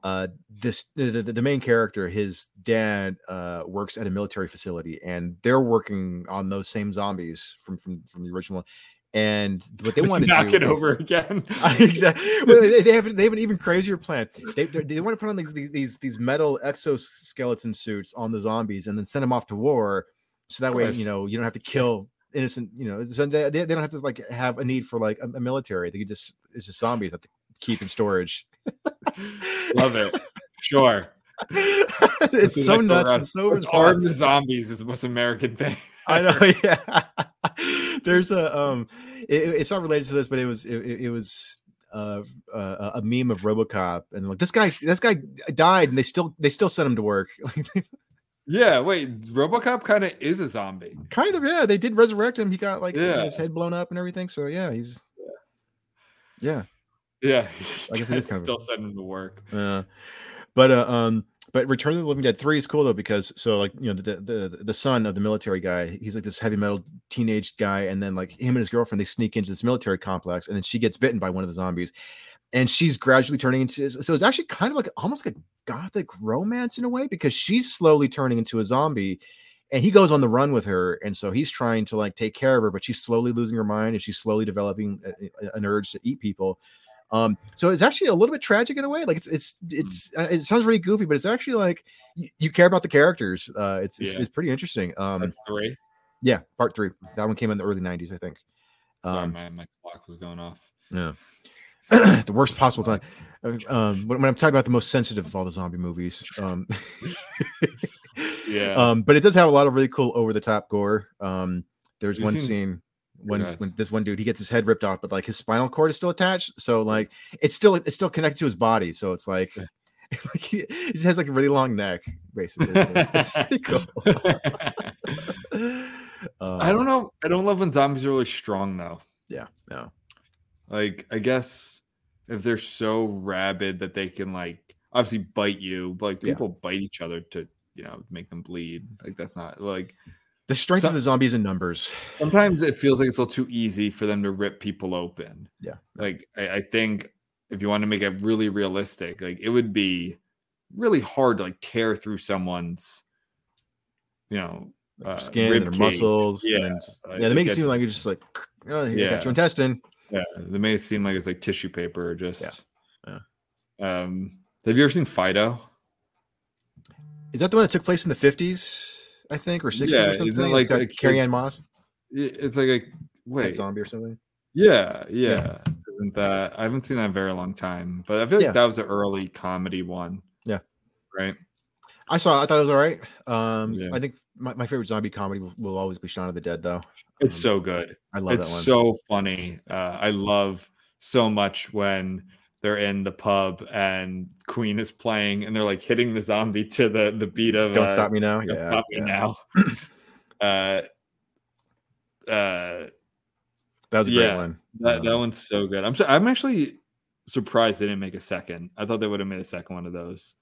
Speaker 3: uh this the, the, the main character, his dad uh works at a military facility and they're working on those same zombies from from from the original one. And what they want to
Speaker 4: knock
Speaker 3: do
Speaker 4: it over again.
Speaker 3: exactly. Well, they, they have they have an even crazier plan. They they, they want to put on these these- these these metal exoskeleton suits on the zombies and then send them off to war, so that way
Speaker 4: course.
Speaker 3: you know you don't have to kill innocent. You know, so they, they they don't have to like have a need for like a, a military. They could just it's just zombies that they keep in storage.
Speaker 4: Love it. Sure. This
Speaker 3: it's
Speaker 4: is
Speaker 3: so
Speaker 4: like the
Speaker 3: nuts.
Speaker 4: rest.
Speaker 3: and so
Speaker 4: Let's
Speaker 3: bizarre.
Speaker 4: arm the zombies is the most American thing.
Speaker 3: I know. Yeah. There's a um, it, it- it's not related to this, but it was it, it- it was uh, uh a meme of RoboCop, and like this guy this guy died, and they still they still sent him to work.
Speaker 4: Yeah, wait. RoboCop kind of is a zombie.
Speaker 3: kind of. Yeah, they did resurrect him. He got like
Speaker 4: Yeah.
Speaker 3: his head blown up and everything. So yeah, he's yeah.
Speaker 4: Yeah,
Speaker 3: I guess it is kind of a-
Speaker 4: still sending him to work.
Speaker 3: Uh, but uh, um, but Return of the Living Dead three is cool though because so like you know the the the son of the military guy, he's like this heavy metal teenage guy, and then like him and his girlfriend they sneak into this military complex, and then she gets bitten by one of the zombies, and she's gradually turning into so it's actually kind of like almost like a gothic romance in a way because she's slowly turning into a zombie. And he goes on the run with her, and so he's trying to like take care of her, but she's slowly losing her mind, and she's slowly developing a- a- an urge to eat people. Um, so it's actually a little bit tragic in a way. Like it's it's it's uh, it sounds really goofy, but it's actually like you, you care about the characters. Uh, it's it's,
Speaker 4: Yeah.
Speaker 3: it's pretty interesting. Um,
Speaker 4: That's three.
Speaker 3: yeah, part three. That one came in the early '90s, I think.
Speaker 4: Sorry,
Speaker 3: Um,
Speaker 4: my, my clock was going off.
Speaker 3: the worst possible time. Uh, Um, when, when I'm talking about the most sensitive of all the zombie movies. Um,
Speaker 4: Yeah.
Speaker 3: um, but it does have a lot of really cool over the top gore. Um, there's
Speaker 4: Have you
Speaker 3: one
Speaker 4: seen-
Speaker 3: scene when
Speaker 4: ahead.
Speaker 3: when this one dude he gets his head ripped off, but like his spinal cord is still attached, so like it's still it's still connected to his body, so it's like.
Speaker 4: Yeah.
Speaker 3: Like he, he just has like a really long neck, basically. So it's pretty cool.
Speaker 4: Uh,
Speaker 3: Um,
Speaker 4: I don't know. I don't love when zombies are really strong though.
Speaker 3: Yeah, no.
Speaker 4: Like I guess if they're so rabid that they can like obviously bite you, but like
Speaker 3: Yeah.
Speaker 4: people bite each other to you know make them bleed. Like that's not like
Speaker 3: The strength
Speaker 4: So-
Speaker 3: of the zombies in numbers.
Speaker 4: sometimes it feels like it's a little too easy for them to rip people open.
Speaker 3: Yeah.
Speaker 4: Like I, I think if you want to make it really realistic, like it would be really hard to like tear through someone's you know
Speaker 3: Like
Speaker 4: uh,
Speaker 3: their skin,
Speaker 4: rib uh,
Speaker 3: their
Speaker 4: cage.
Speaker 3: muscles.
Speaker 4: Yeah,
Speaker 3: and then just-
Speaker 4: I
Speaker 3: yeah, they make it
Speaker 4: think
Speaker 3: seem
Speaker 4: I-
Speaker 3: like you're just like, oh, here, I
Speaker 4: Yeah.
Speaker 3: got your intestine.
Speaker 4: Yeah, they made it seem like it's like tissue paper or just.
Speaker 3: Yeah.
Speaker 4: Um, have you ever seen Fido?
Speaker 3: Is that the one that took place in the 50s, I think, or 60s
Speaker 4: Yeah,
Speaker 3: or
Speaker 4: isn't it
Speaker 3: something?
Speaker 4: like
Speaker 3: it's got
Speaker 4: a
Speaker 3: Carrie
Speaker 4: kid-
Speaker 3: Ann Moss,
Speaker 4: I- It's like a
Speaker 3: that
Speaker 4: wait.
Speaker 3: zombie or something.
Speaker 4: Yeah, yeah. Isn't that I haven't seen that in a very long time, but I feel like
Speaker 3: Yeah.
Speaker 4: that was an early comedy one.
Speaker 3: Yeah.
Speaker 4: Right.
Speaker 3: I saw. it, I thought it was all right. Um,
Speaker 4: Yeah.
Speaker 3: I think my, my favorite zombie comedy will, will always be Shaun of the Dead, though.
Speaker 4: It's
Speaker 3: Um,
Speaker 4: so good.
Speaker 3: I love
Speaker 4: It's
Speaker 3: that one.
Speaker 4: so funny. Uh, I love so much when they're in the pub and Queen is playing and they're like hitting the zombie to the the beat of
Speaker 3: Don't
Speaker 4: uh,
Speaker 3: stop me now.
Speaker 4: Don't
Speaker 3: Yeah,
Speaker 4: Stop Me
Speaker 3: yeah.
Speaker 4: now. uh, uh,
Speaker 3: that was a great
Speaker 4: Yeah.
Speaker 3: one.
Speaker 4: That
Speaker 3: Yeah.
Speaker 4: that one's so good. I'm so, I'm actually surprised they didn't make a second. I thought they would have made a second one of those.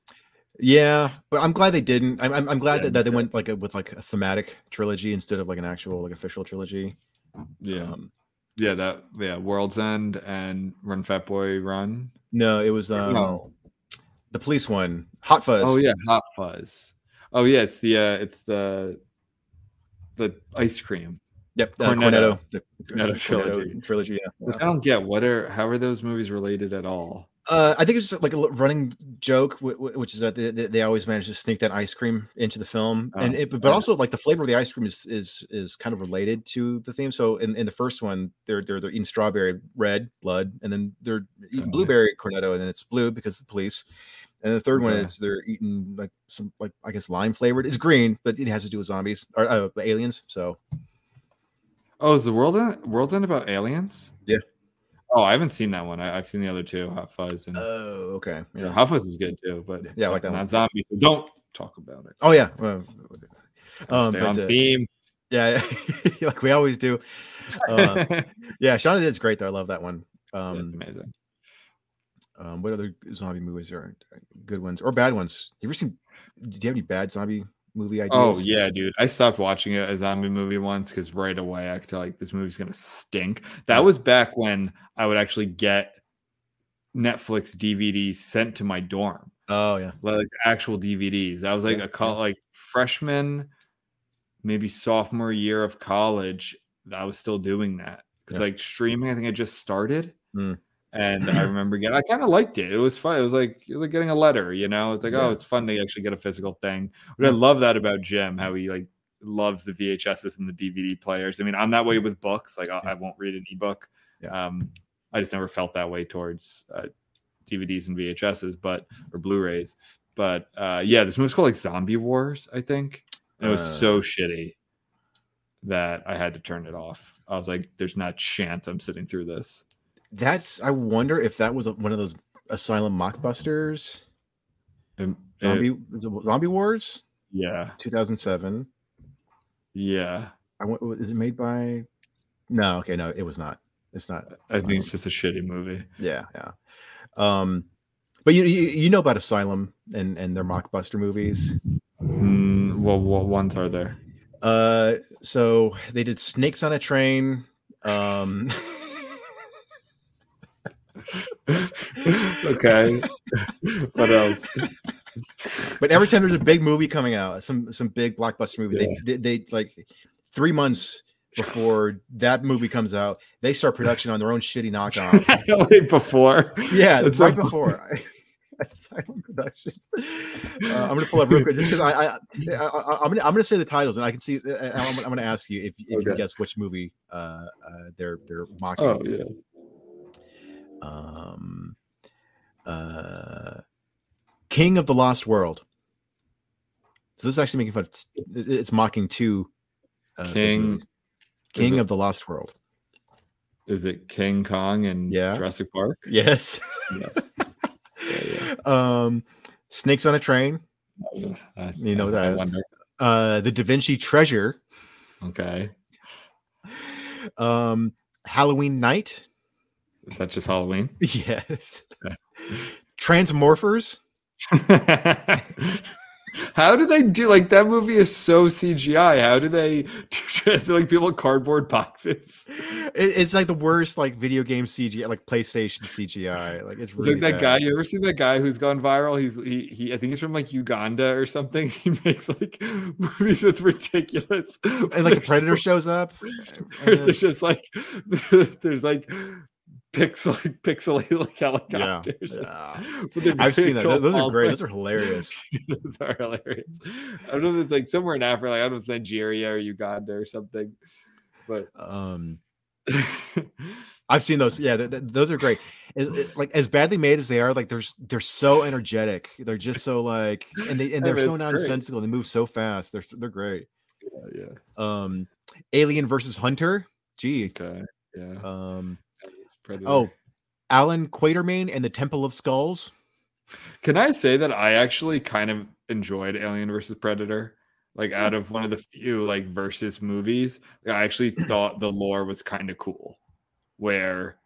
Speaker 3: Yeah, but I'm glad they didn't. I'm I'm, I'm glad
Speaker 4: Yeah,
Speaker 3: that, that they went like a, with like a thematic trilogy instead of like an actual like official trilogy.
Speaker 4: Yeah,
Speaker 3: Um,
Speaker 4: yeah, that yeah. World's End and Run Fat Boy Run.
Speaker 3: no, it was um,
Speaker 4: No.
Speaker 3: the police one, Hot Fuzz.
Speaker 4: Oh yeah, Hot Fuzz. Oh yeah, it's the uh, it's the the ice cream.
Speaker 3: Yep, uh,
Speaker 4: Cornetto.
Speaker 3: Cornetto, the
Speaker 4: Cornetto trilogy.
Speaker 3: trilogy, yeah.
Speaker 4: Like, I don't get what are how are those movies related at all?
Speaker 3: Uh, I think it's just like a l- running joke, wh- wh- which is that they, they they always manage to sneak that ice cream into the film, and
Speaker 4: Oh,
Speaker 3: it, but
Speaker 4: yeah.
Speaker 3: also like the flavor of the ice cream is is is kind of related to the theme. So in, in the first one, they're they're they're eating strawberry red blood, and then they're
Speaker 4: Okay.
Speaker 3: eating blueberry cornetto, and it's blue because of the police. And the third one
Speaker 4: Okay.
Speaker 3: is they're eating like some like I guess lime flavored. It's green, but it has to do with zombies or uh, aliens. So
Speaker 4: Oh, is the world end, World's End about aliens?
Speaker 3: Yeah.
Speaker 4: Oh, I haven't seen that one. I, I've seen the other two, Hot Fuzz and
Speaker 3: oh okay
Speaker 4: yeah.
Speaker 3: yeah
Speaker 4: Hot Fuzz is good too. But
Speaker 3: Yeah, I like that
Speaker 4: not
Speaker 3: one.
Speaker 4: zombies. So don't talk about it.
Speaker 3: oh yeah. Well,
Speaker 4: Gotta
Speaker 3: Um,
Speaker 4: stay
Speaker 3: but,
Speaker 4: on
Speaker 3: uh,
Speaker 4: theme.
Speaker 3: yeah, like we always do. Uh, Yeah, Shaun of the Dead's great though. I love that one.
Speaker 4: That's
Speaker 3: Um,
Speaker 4: amazing.
Speaker 3: um, what other zombie movies are uh, good ones or bad ones? You ever seen? Do you have any bad zombie movie ideas?
Speaker 4: Oh yeah, dude. I stopped watching a, a zombie movie once because right away I felt like this movie's gonna stink. That was back when I would actually get Netflix DVDs sent to my dorm,
Speaker 3: Oh yeah.
Speaker 4: like actual DVDs. I was like
Speaker 3: Yeah,
Speaker 4: a col- like freshman, maybe sophomore year of college. I was still doing that because
Speaker 3: Yeah.
Speaker 4: like streaming. I think I just started.
Speaker 3: Mm.
Speaker 4: And I remember getting, I kind of liked it. It was fun. It was like, it was like getting a letter, you know? It's like,
Speaker 3: Yeah.
Speaker 4: oh, it's fun to actually get a physical thing. But I love that about Jim, how he like loves the VHSs and the DVD players. I mean, I'm that way with books. Like, I, I won't read an ebook.
Speaker 3: Yeah.
Speaker 4: Um, I just never felt that way towards uh, DVDs and VHSs, but or Blu-rays. But uh, yeah, this movie's called like Zombie Wars, I think. And it was
Speaker 3: Uh.
Speaker 4: so shitty that I had to turn it off. I was like, "There's not chance I'm sitting through this."
Speaker 3: That's. I wonder if that was a- one of those asylum mockbusters.
Speaker 4: And it-
Speaker 3: Zombie was it Zombie Wars,
Speaker 4: yeah,
Speaker 3: two thousand seven.
Speaker 4: yeah.
Speaker 3: I wa- wa- is it made by? No. Okay. No, it was not. It's not.
Speaker 4: I think
Speaker 3: Asylum.
Speaker 4: it's just a shitty movie.
Speaker 3: Yeah, yeah. Um, but you, you you know about Asylum and and their mockbuster movies.
Speaker 4: Mm, well, what ones are there?
Speaker 3: Uh, so they did Snakes on a Train. Um,
Speaker 4: okay. what else?
Speaker 3: but every time there's a big movie coming out, some some big blockbuster movie, they, they they like three months before that movie comes out, they start production on their own shitty knockoff.
Speaker 4: Wait, before.
Speaker 3: Yeah,
Speaker 4: That's
Speaker 3: right
Speaker 4: so-
Speaker 3: before. I, Asylum Productions. Uh, I'm gonna pull up real quick just because I, I, I, I, am gonna I'm gonna say the titles and I can see. uh, uh, I'm, gonna- I'm gonna ask you if, if you
Speaker 4: Okay.
Speaker 3: guess which movie uh, uh they're they're mocking.
Speaker 4: Oh yeah. Oh.
Speaker 3: Um, uh, King of the Lost World. So this is actually making fun. Of, it's, it's mocking two. Uh, big
Speaker 4: King-
Speaker 3: movies. King
Speaker 4: it-
Speaker 3: of the Lost World.
Speaker 4: Is it King Kong and
Speaker 3: Yeah.
Speaker 4: Jurassic Park?
Speaker 3: Yes.
Speaker 4: Yeah.
Speaker 3: um, Snakes on a Train.
Speaker 4: I-
Speaker 3: You know
Speaker 4: I-
Speaker 3: that
Speaker 4: I
Speaker 3: is-
Speaker 4: wonder.
Speaker 3: uh the da vinci treasure
Speaker 4: Okay.
Speaker 3: um halloween night
Speaker 4: Is that just Halloween?
Speaker 3: yes transmorphers
Speaker 4: How do they do like that movie is so CGI? How do they do like people in cardboard boxes?
Speaker 3: It- it's like the worst like video game cgi like playstation cgi like it's
Speaker 4: It's
Speaker 3: really
Speaker 4: like that guy.
Speaker 3: bad.
Speaker 4: You ever seen that guy who's gone viral? He's he, he I think he's from like Uganda or something. He makes like movies with ridiculous
Speaker 3: and like the predator shows up and then-
Speaker 4: There's just like there's like pixel pixelated like helicopters.
Speaker 3: yeah.
Speaker 4: with the
Speaker 3: i've seen that
Speaker 4: vehicle
Speaker 3: Th- those are
Speaker 4: all
Speaker 3: great
Speaker 4: red.
Speaker 3: those are hilarious
Speaker 4: Those are hilarious. I don't know if it's like somewhere in Africa, like I don't know, if it's Nigeria or Uganda or something. But
Speaker 3: um i've seen those yeah th- th- those are great as, it- like as badly made as they are, like they're s- they're so energetic. They're just so like, and they and
Speaker 4: I
Speaker 3: they're
Speaker 4: mean,
Speaker 3: so
Speaker 4: it's great.
Speaker 3: nonsensical. They move so fast. They're s- they're great. Oh,
Speaker 4: yeah.
Speaker 3: Um, Alien versus Hunter. Gee.
Speaker 4: Okay. Yeah.
Speaker 3: Um.
Speaker 4: Predator.
Speaker 3: Oh, Alan Quatermain and the Temple of Skulls.
Speaker 4: Can I say that I actually kind of enjoyed Alien versus Predator? Like out of one of the few like versus movies, I actually thought the lore was kind of cool. Where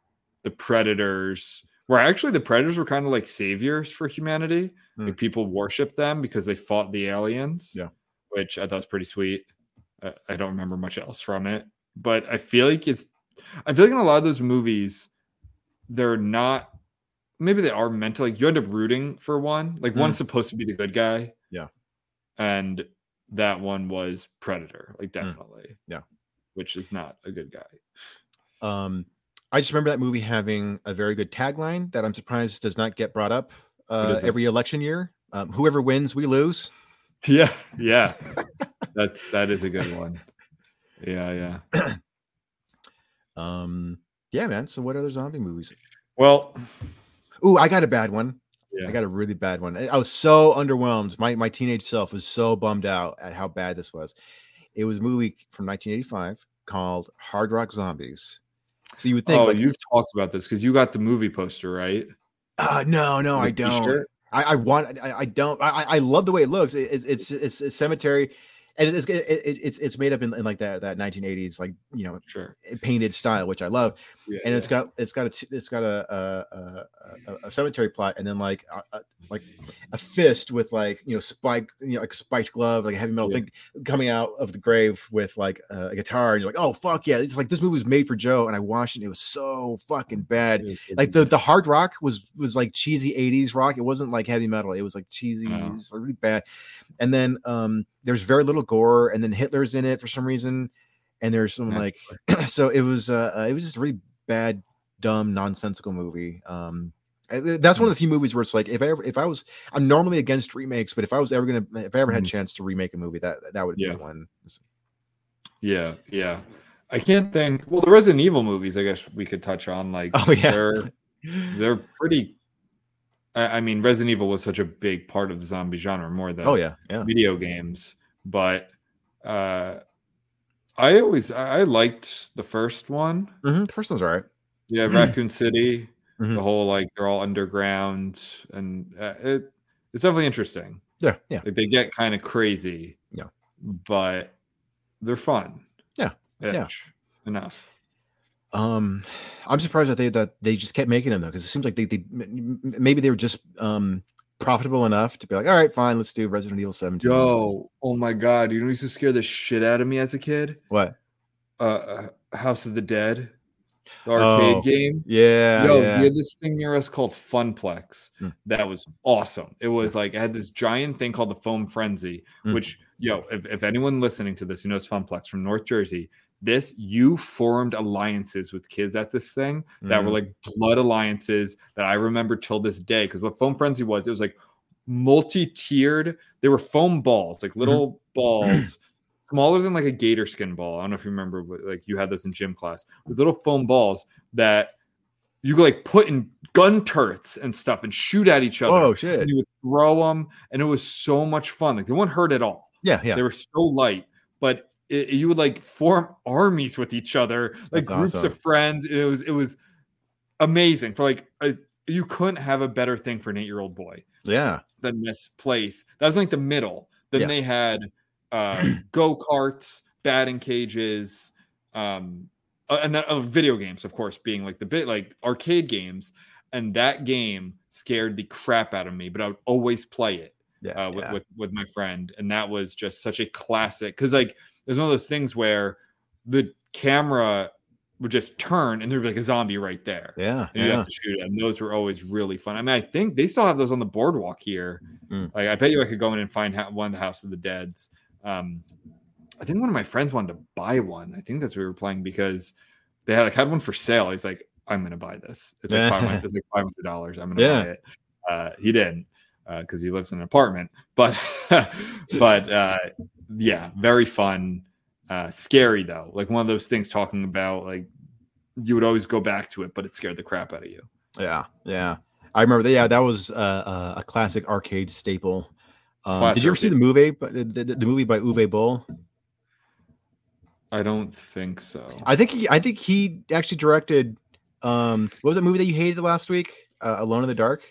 Speaker 4: the predators where actually the predators were kind of like saviors for humanity.
Speaker 3: Mm.
Speaker 4: Like people worship them because they fought the aliens.
Speaker 3: Yeah.
Speaker 4: Which I thought was pretty sweet. I, I don't remember much else from it. But I feel like it's I feel like in a lot of those movies, they're not maybe they are meant to like you end up rooting for one. Like one's supposed to be the good guy.
Speaker 3: Hmm. Yeah.
Speaker 4: And that one was Predator, like definitely.
Speaker 3: Hmm. Yeah.
Speaker 4: Which is not a good guy.
Speaker 3: Um, I just remember that movie having a very good tagline that I'm surprised does not get brought up uh,
Speaker 4: is it?
Speaker 3: every election year. Um, whoever wins, we lose.
Speaker 4: Yeah. Yeah. That's that is a good one. Yeah, yeah.
Speaker 3: Um, yeah, man. So what other zombie movies?
Speaker 4: Well,
Speaker 3: Ooh, I got a bad one.
Speaker 4: yeah.
Speaker 3: I got a really bad one. I I was so underwhelmed. My my teenage self was so bummed out at how bad this was. It was a movie from 1985 called Hard Rock Zombies. So you would think,
Speaker 4: oh,
Speaker 3: like,
Speaker 4: you've talked about this because you got the movie poster, right?
Speaker 3: uh, no, no, I
Speaker 4: The
Speaker 3: don't.
Speaker 4: t-shirt?
Speaker 3: I, I want. I, I don't. I, I- I love the way it looks. It, it's, it's it's it's cemetery, and it's it, it, it's it's made up in, in like that that 1980s like you know
Speaker 4: Sure.
Speaker 3: painted style, which I love.
Speaker 4: Yeah,
Speaker 3: and it's
Speaker 4: yeah.
Speaker 3: got it's got a t- it's got a a, a- a, a cemetery plot and then like a, a, like a fist with like you know spike you know like spiked glove like a heavy metal
Speaker 4: Yeah.
Speaker 3: thing coming out of the grave with like a, a guitar and you're like oh fuck yeah it's like this movie was made for Joe and I watched it and it was so fucking bad
Speaker 4: It was so
Speaker 3: like the
Speaker 4: good.
Speaker 3: the hard rock was was like cheesy 80s rock it wasn't like heavy metal it was like cheesy
Speaker 4: Oh.
Speaker 3: it's really bad and then um there's very little gore and then Hitler's in it for some reason and there's some
Speaker 4: That's
Speaker 3: like so it was uh uh, it was just a really bad dumb nonsensical movie um I- th- that's
Speaker 4: Mm.
Speaker 3: one of the few movies where it's like if I ever, if I was I'm normally against remakes, but if I was ever gonna if I ever had a
Speaker 4: Mhm.
Speaker 3: chance to remake a movie, that that would
Speaker 4: Yeah.
Speaker 3: be one. It's-
Speaker 4: Yeah, yeah. I can't think. Well, the Resident Evil movies, I guess we could touch on. Like,
Speaker 3: Oh, yeah.
Speaker 4: they're they're pretty. I, I mean, Resident Evil was such a big part of the zombie genre, more than
Speaker 3: Oh yeah, yeah.
Speaker 4: video games. But uh, I always I I liked the first one.
Speaker 3: Mhm, The first one's all right.
Speaker 4: Yeah,
Speaker 3: Hmm.
Speaker 4: Raccoon City.
Speaker 3: Mhm.
Speaker 4: The whole like they're all underground, and uh, it it's definitely interesting.
Speaker 3: Yeah, yeah.
Speaker 4: Like they get kind of crazy.
Speaker 3: Yeah.
Speaker 4: But they're fun.
Speaker 3: Yeah, yeah.
Speaker 4: Ish. Enough.
Speaker 3: Um, I'm surprised that they that they just kept making them though, because it seems like they they m- m- maybe they were just um profitable enough to be like, all right, fine, let's do Resident Evil 17.
Speaker 4: Yo, oh my god, you know who used to scare the shit out of me as a kid?
Speaker 3: what?
Speaker 4: Uh, uh House of the Dead, the arcade
Speaker 3: Oh,
Speaker 4: game.
Speaker 3: Yeah,
Speaker 4: Yo,
Speaker 3: yeah.
Speaker 4: we had this thing near us called Funplex.
Speaker 3: Mm.
Speaker 4: That was awesome. It was like it had this giant thing called the Foam Frenzy,
Speaker 3: Mm.
Speaker 4: which yo, if, if anyone listening to this who knows Funplex from North Jersey, this you formed alliances with kids at this thing that were
Speaker 3: Mhm.
Speaker 4: like blood alliances that I remember till this day. Because what Foam Frenzy was, it was like multi-tiered. They were foam balls, like little balls, smaller than like a gator skin ball. I don't know if you remember, but like you had those in gym class with little foam balls that you could like put in gun turrets and stuff and shoot at each other.
Speaker 3: Oh
Speaker 4: and
Speaker 3: shit.
Speaker 4: you would throw them, and it was so much fun. Like they wouldn't hurt at all.
Speaker 3: Yeah, yeah.
Speaker 4: They were so light, but it, you would like form armies with each other, like
Speaker 3: That's
Speaker 4: groups
Speaker 3: awesome.
Speaker 4: of friends. It was it was amazing for like a, you couldn't have a better thing for an eight year old boy
Speaker 3: Yeah.
Speaker 4: than this place. That was like the middle. Then
Speaker 3: Yeah.
Speaker 4: they had uh, go karts, batting cages, um, uh, and then uh, video games, of course, being like the bit like arcade games. And that game scared the crap out of me, but I would always play it
Speaker 3: Yeah.
Speaker 4: uh, with,
Speaker 3: yeah.
Speaker 4: with with my friend, and that was just such a classic. Because like, there's one of those things where the camera would just turn, and there'd be like a zombie right there.
Speaker 3: yeah,
Speaker 4: And you
Speaker 3: yeah.
Speaker 4: have to shoot it. And those were always really fun. I mean, I think they still have those on the boardwalk here.
Speaker 3: Mm.
Speaker 4: Like, I bet you I could go in and find ha- one of the House of the Dead's. Um, I think one of my friends wanted to buy one. I think that's what we were playing because they had like had one for sale. He's like, I'm gonna buy this. It's like five it's like five hundred dollars. I'm gonna
Speaker 3: Yeah.
Speaker 4: buy it. Uh, he didn't because he lives in an apartment. But but uh, yeah, very fun. Uh, scary though, like one of those things talking about like you would always go back to it, but it scared the crap out of you.
Speaker 3: Yeah, yeah. I remember that. Yeah, that was uh, uh, a classic arcade staple. Um, did
Speaker 4: Classic
Speaker 3: you ever see the
Speaker 4: arcade.
Speaker 3: movie? by- The, the, the movie by Uwe Boll.
Speaker 4: I don't think so.
Speaker 3: I think he, I think he actually directed. Um, what was that movie that you hated last week? Uh, Alone in the Dark.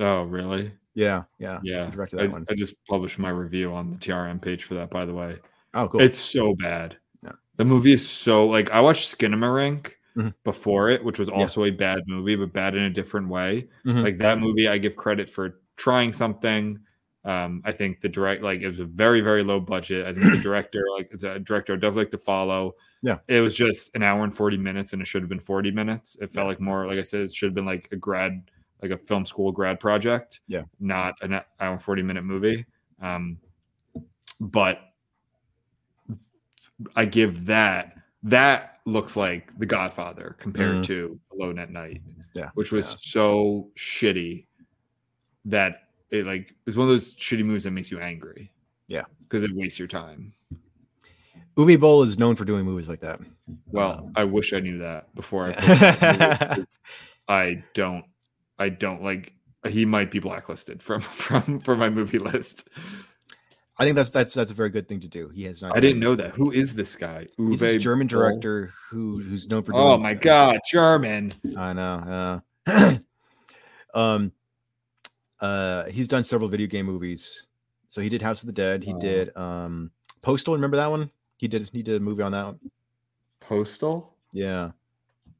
Speaker 4: oh, really?
Speaker 3: Yeah, yeah.
Speaker 4: Yeah.
Speaker 3: directed
Speaker 4: I,
Speaker 3: that one.
Speaker 4: I just published my review on the TRM page for that, by the way.
Speaker 3: Oh, cool.
Speaker 4: It's so bad.
Speaker 3: Yeah.
Speaker 4: The movie is so like I watched Skinamarink
Speaker 3: Mhm.
Speaker 4: before it, which was
Speaker 3: Yeah.
Speaker 4: also a bad movie, but bad in a different way.
Speaker 3: Mhm.
Speaker 4: Like that movie, I give credit for trying something. Um, I think the direct like it was a very very low budget. I think the director like it's a director I definitely like to follow.
Speaker 3: Yeah.
Speaker 4: it was just an hour and forty minutes, and it should have been forty minutes. It felt like more like I said, it should have been like a grad like a film school grad project.
Speaker 3: Yeah.
Speaker 4: not an hour and forty minute movie. Um, but I give that that looks like The Godfather compared
Speaker 3: Mhm.
Speaker 4: to Alone at Night,
Speaker 3: yeah,
Speaker 4: which was
Speaker 3: yeah.
Speaker 4: so shitty that it like is one of those shitty movies that makes you angry.
Speaker 3: Yeah.
Speaker 4: because it wastes your time.
Speaker 3: Uwe Boll is known for doing movies like that. Um.
Speaker 4: Well, I wish I knew that before I. posted that movie.
Speaker 3: Yeah.
Speaker 4: I don't. I don't like. He might be blacklisted from from from my movie list.
Speaker 3: I think that's that's that's a very good thing to do. He has not.
Speaker 4: I didn't know that. Who is this guy? Uwe
Speaker 3: He's a German
Speaker 4: Boll?
Speaker 3: director who who's known for.
Speaker 4: Oh
Speaker 3: doing-
Speaker 4: my god, German.
Speaker 3: I know. Uh, um, uh, he's done several video game movies. So he did House of the Dead. He
Speaker 4: Wow.
Speaker 3: did um Postal. Remember that one? He did. He did a movie on that one.
Speaker 4: Postal.
Speaker 3: Yeah,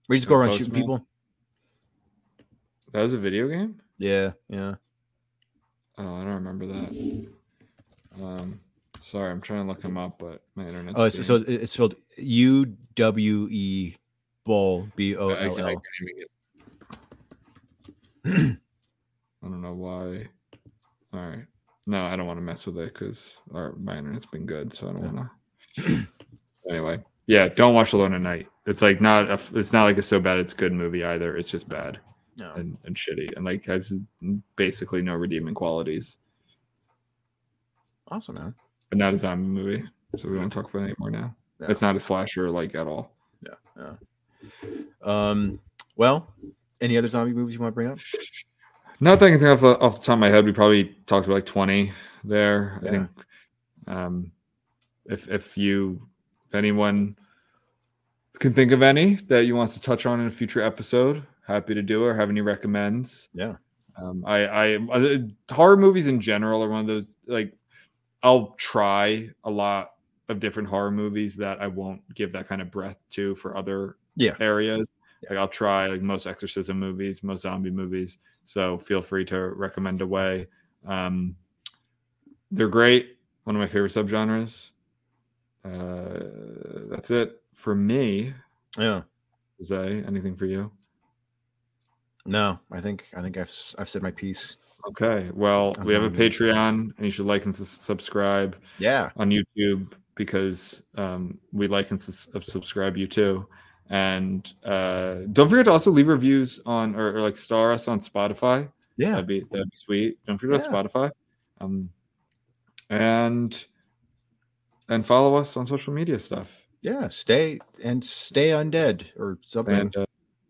Speaker 3: we just
Speaker 4: The
Speaker 3: go around shooting
Speaker 4: Postman?
Speaker 3: people.
Speaker 4: That was a video game?
Speaker 3: Yeah, yeah.
Speaker 4: Oh, I don't remember that. Um, sorry, I'm trying to look him up, but my internet.
Speaker 3: Oh, it's, so it- it's spelled U W E Bull B O
Speaker 4: I, I
Speaker 3: Oh, L
Speaker 4: can't, I
Speaker 3: L.
Speaker 4: can't even get. I don't know why. All right, no, I don't want to mess with it because my internet's been good, so I don't
Speaker 3: Yeah.
Speaker 4: want to. anyway, yeah, don't watch Alone at Night. It's like not a, it's not like a so bad it's good movie either. It's just bad
Speaker 3: No.
Speaker 4: and, and shitty and like has basically no redeeming qualities.
Speaker 3: Awesome, man.
Speaker 4: but not a zombie movie. So we won't talk about it anymore now.
Speaker 3: No.
Speaker 4: It's not a slasher like at all.
Speaker 3: Um, well, any other zombie movies you want to bring up?
Speaker 4: Not that I can think of uh, off the top of my head. We probably talked about like twenty there.
Speaker 3: Yeah.
Speaker 4: I think um, if if you if anyone can think of any that you wants to touch on in a future episode, happy to do it. Or have any recommends?
Speaker 3: Yeah.
Speaker 4: Um, I I uh, horror movies in general are one of those like I'll try a lot of different horror movies that I won't give that kind of breath to for other
Speaker 3: Yeah.
Speaker 4: areas. Like I'll try like most exorcism movies, most zombie movies. So feel free to recommend away. Um, they're great. One of my favorite subgenres. Uh, that's it for me.
Speaker 3: Yeah.
Speaker 4: Jose, anything for you?
Speaker 3: No, I think I think I've s- I've said my piece.
Speaker 4: Okay. Well,
Speaker 3: That's
Speaker 4: we have a
Speaker 3: all I got.
Speaker 4: Patreon, and you should like and sus- subscribe.
Speaker 3: Yeah.
Speaker 4: on YouTube because um, we like and sus- subscribe you too. And uh, don't forget to also leave reviews on or, or like star us on Spotify.
Speaker 3: Yeah.
Speaker 4: That'd be that'd be sweet. Don't forget
Speaker 3: Yeah.
Speaker 4: about Spotify. Um, and and follow us on social media stuff.
Speaker 3: Yeah, stay and stay undead or something.
Speaker 4: And uh,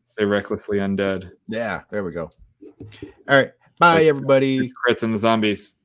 Speaker 4: stay recklessly undead.
Speaker 3: yeah, there we go. All right. Bye everybody.
Speaker 4: Crits and the zombies.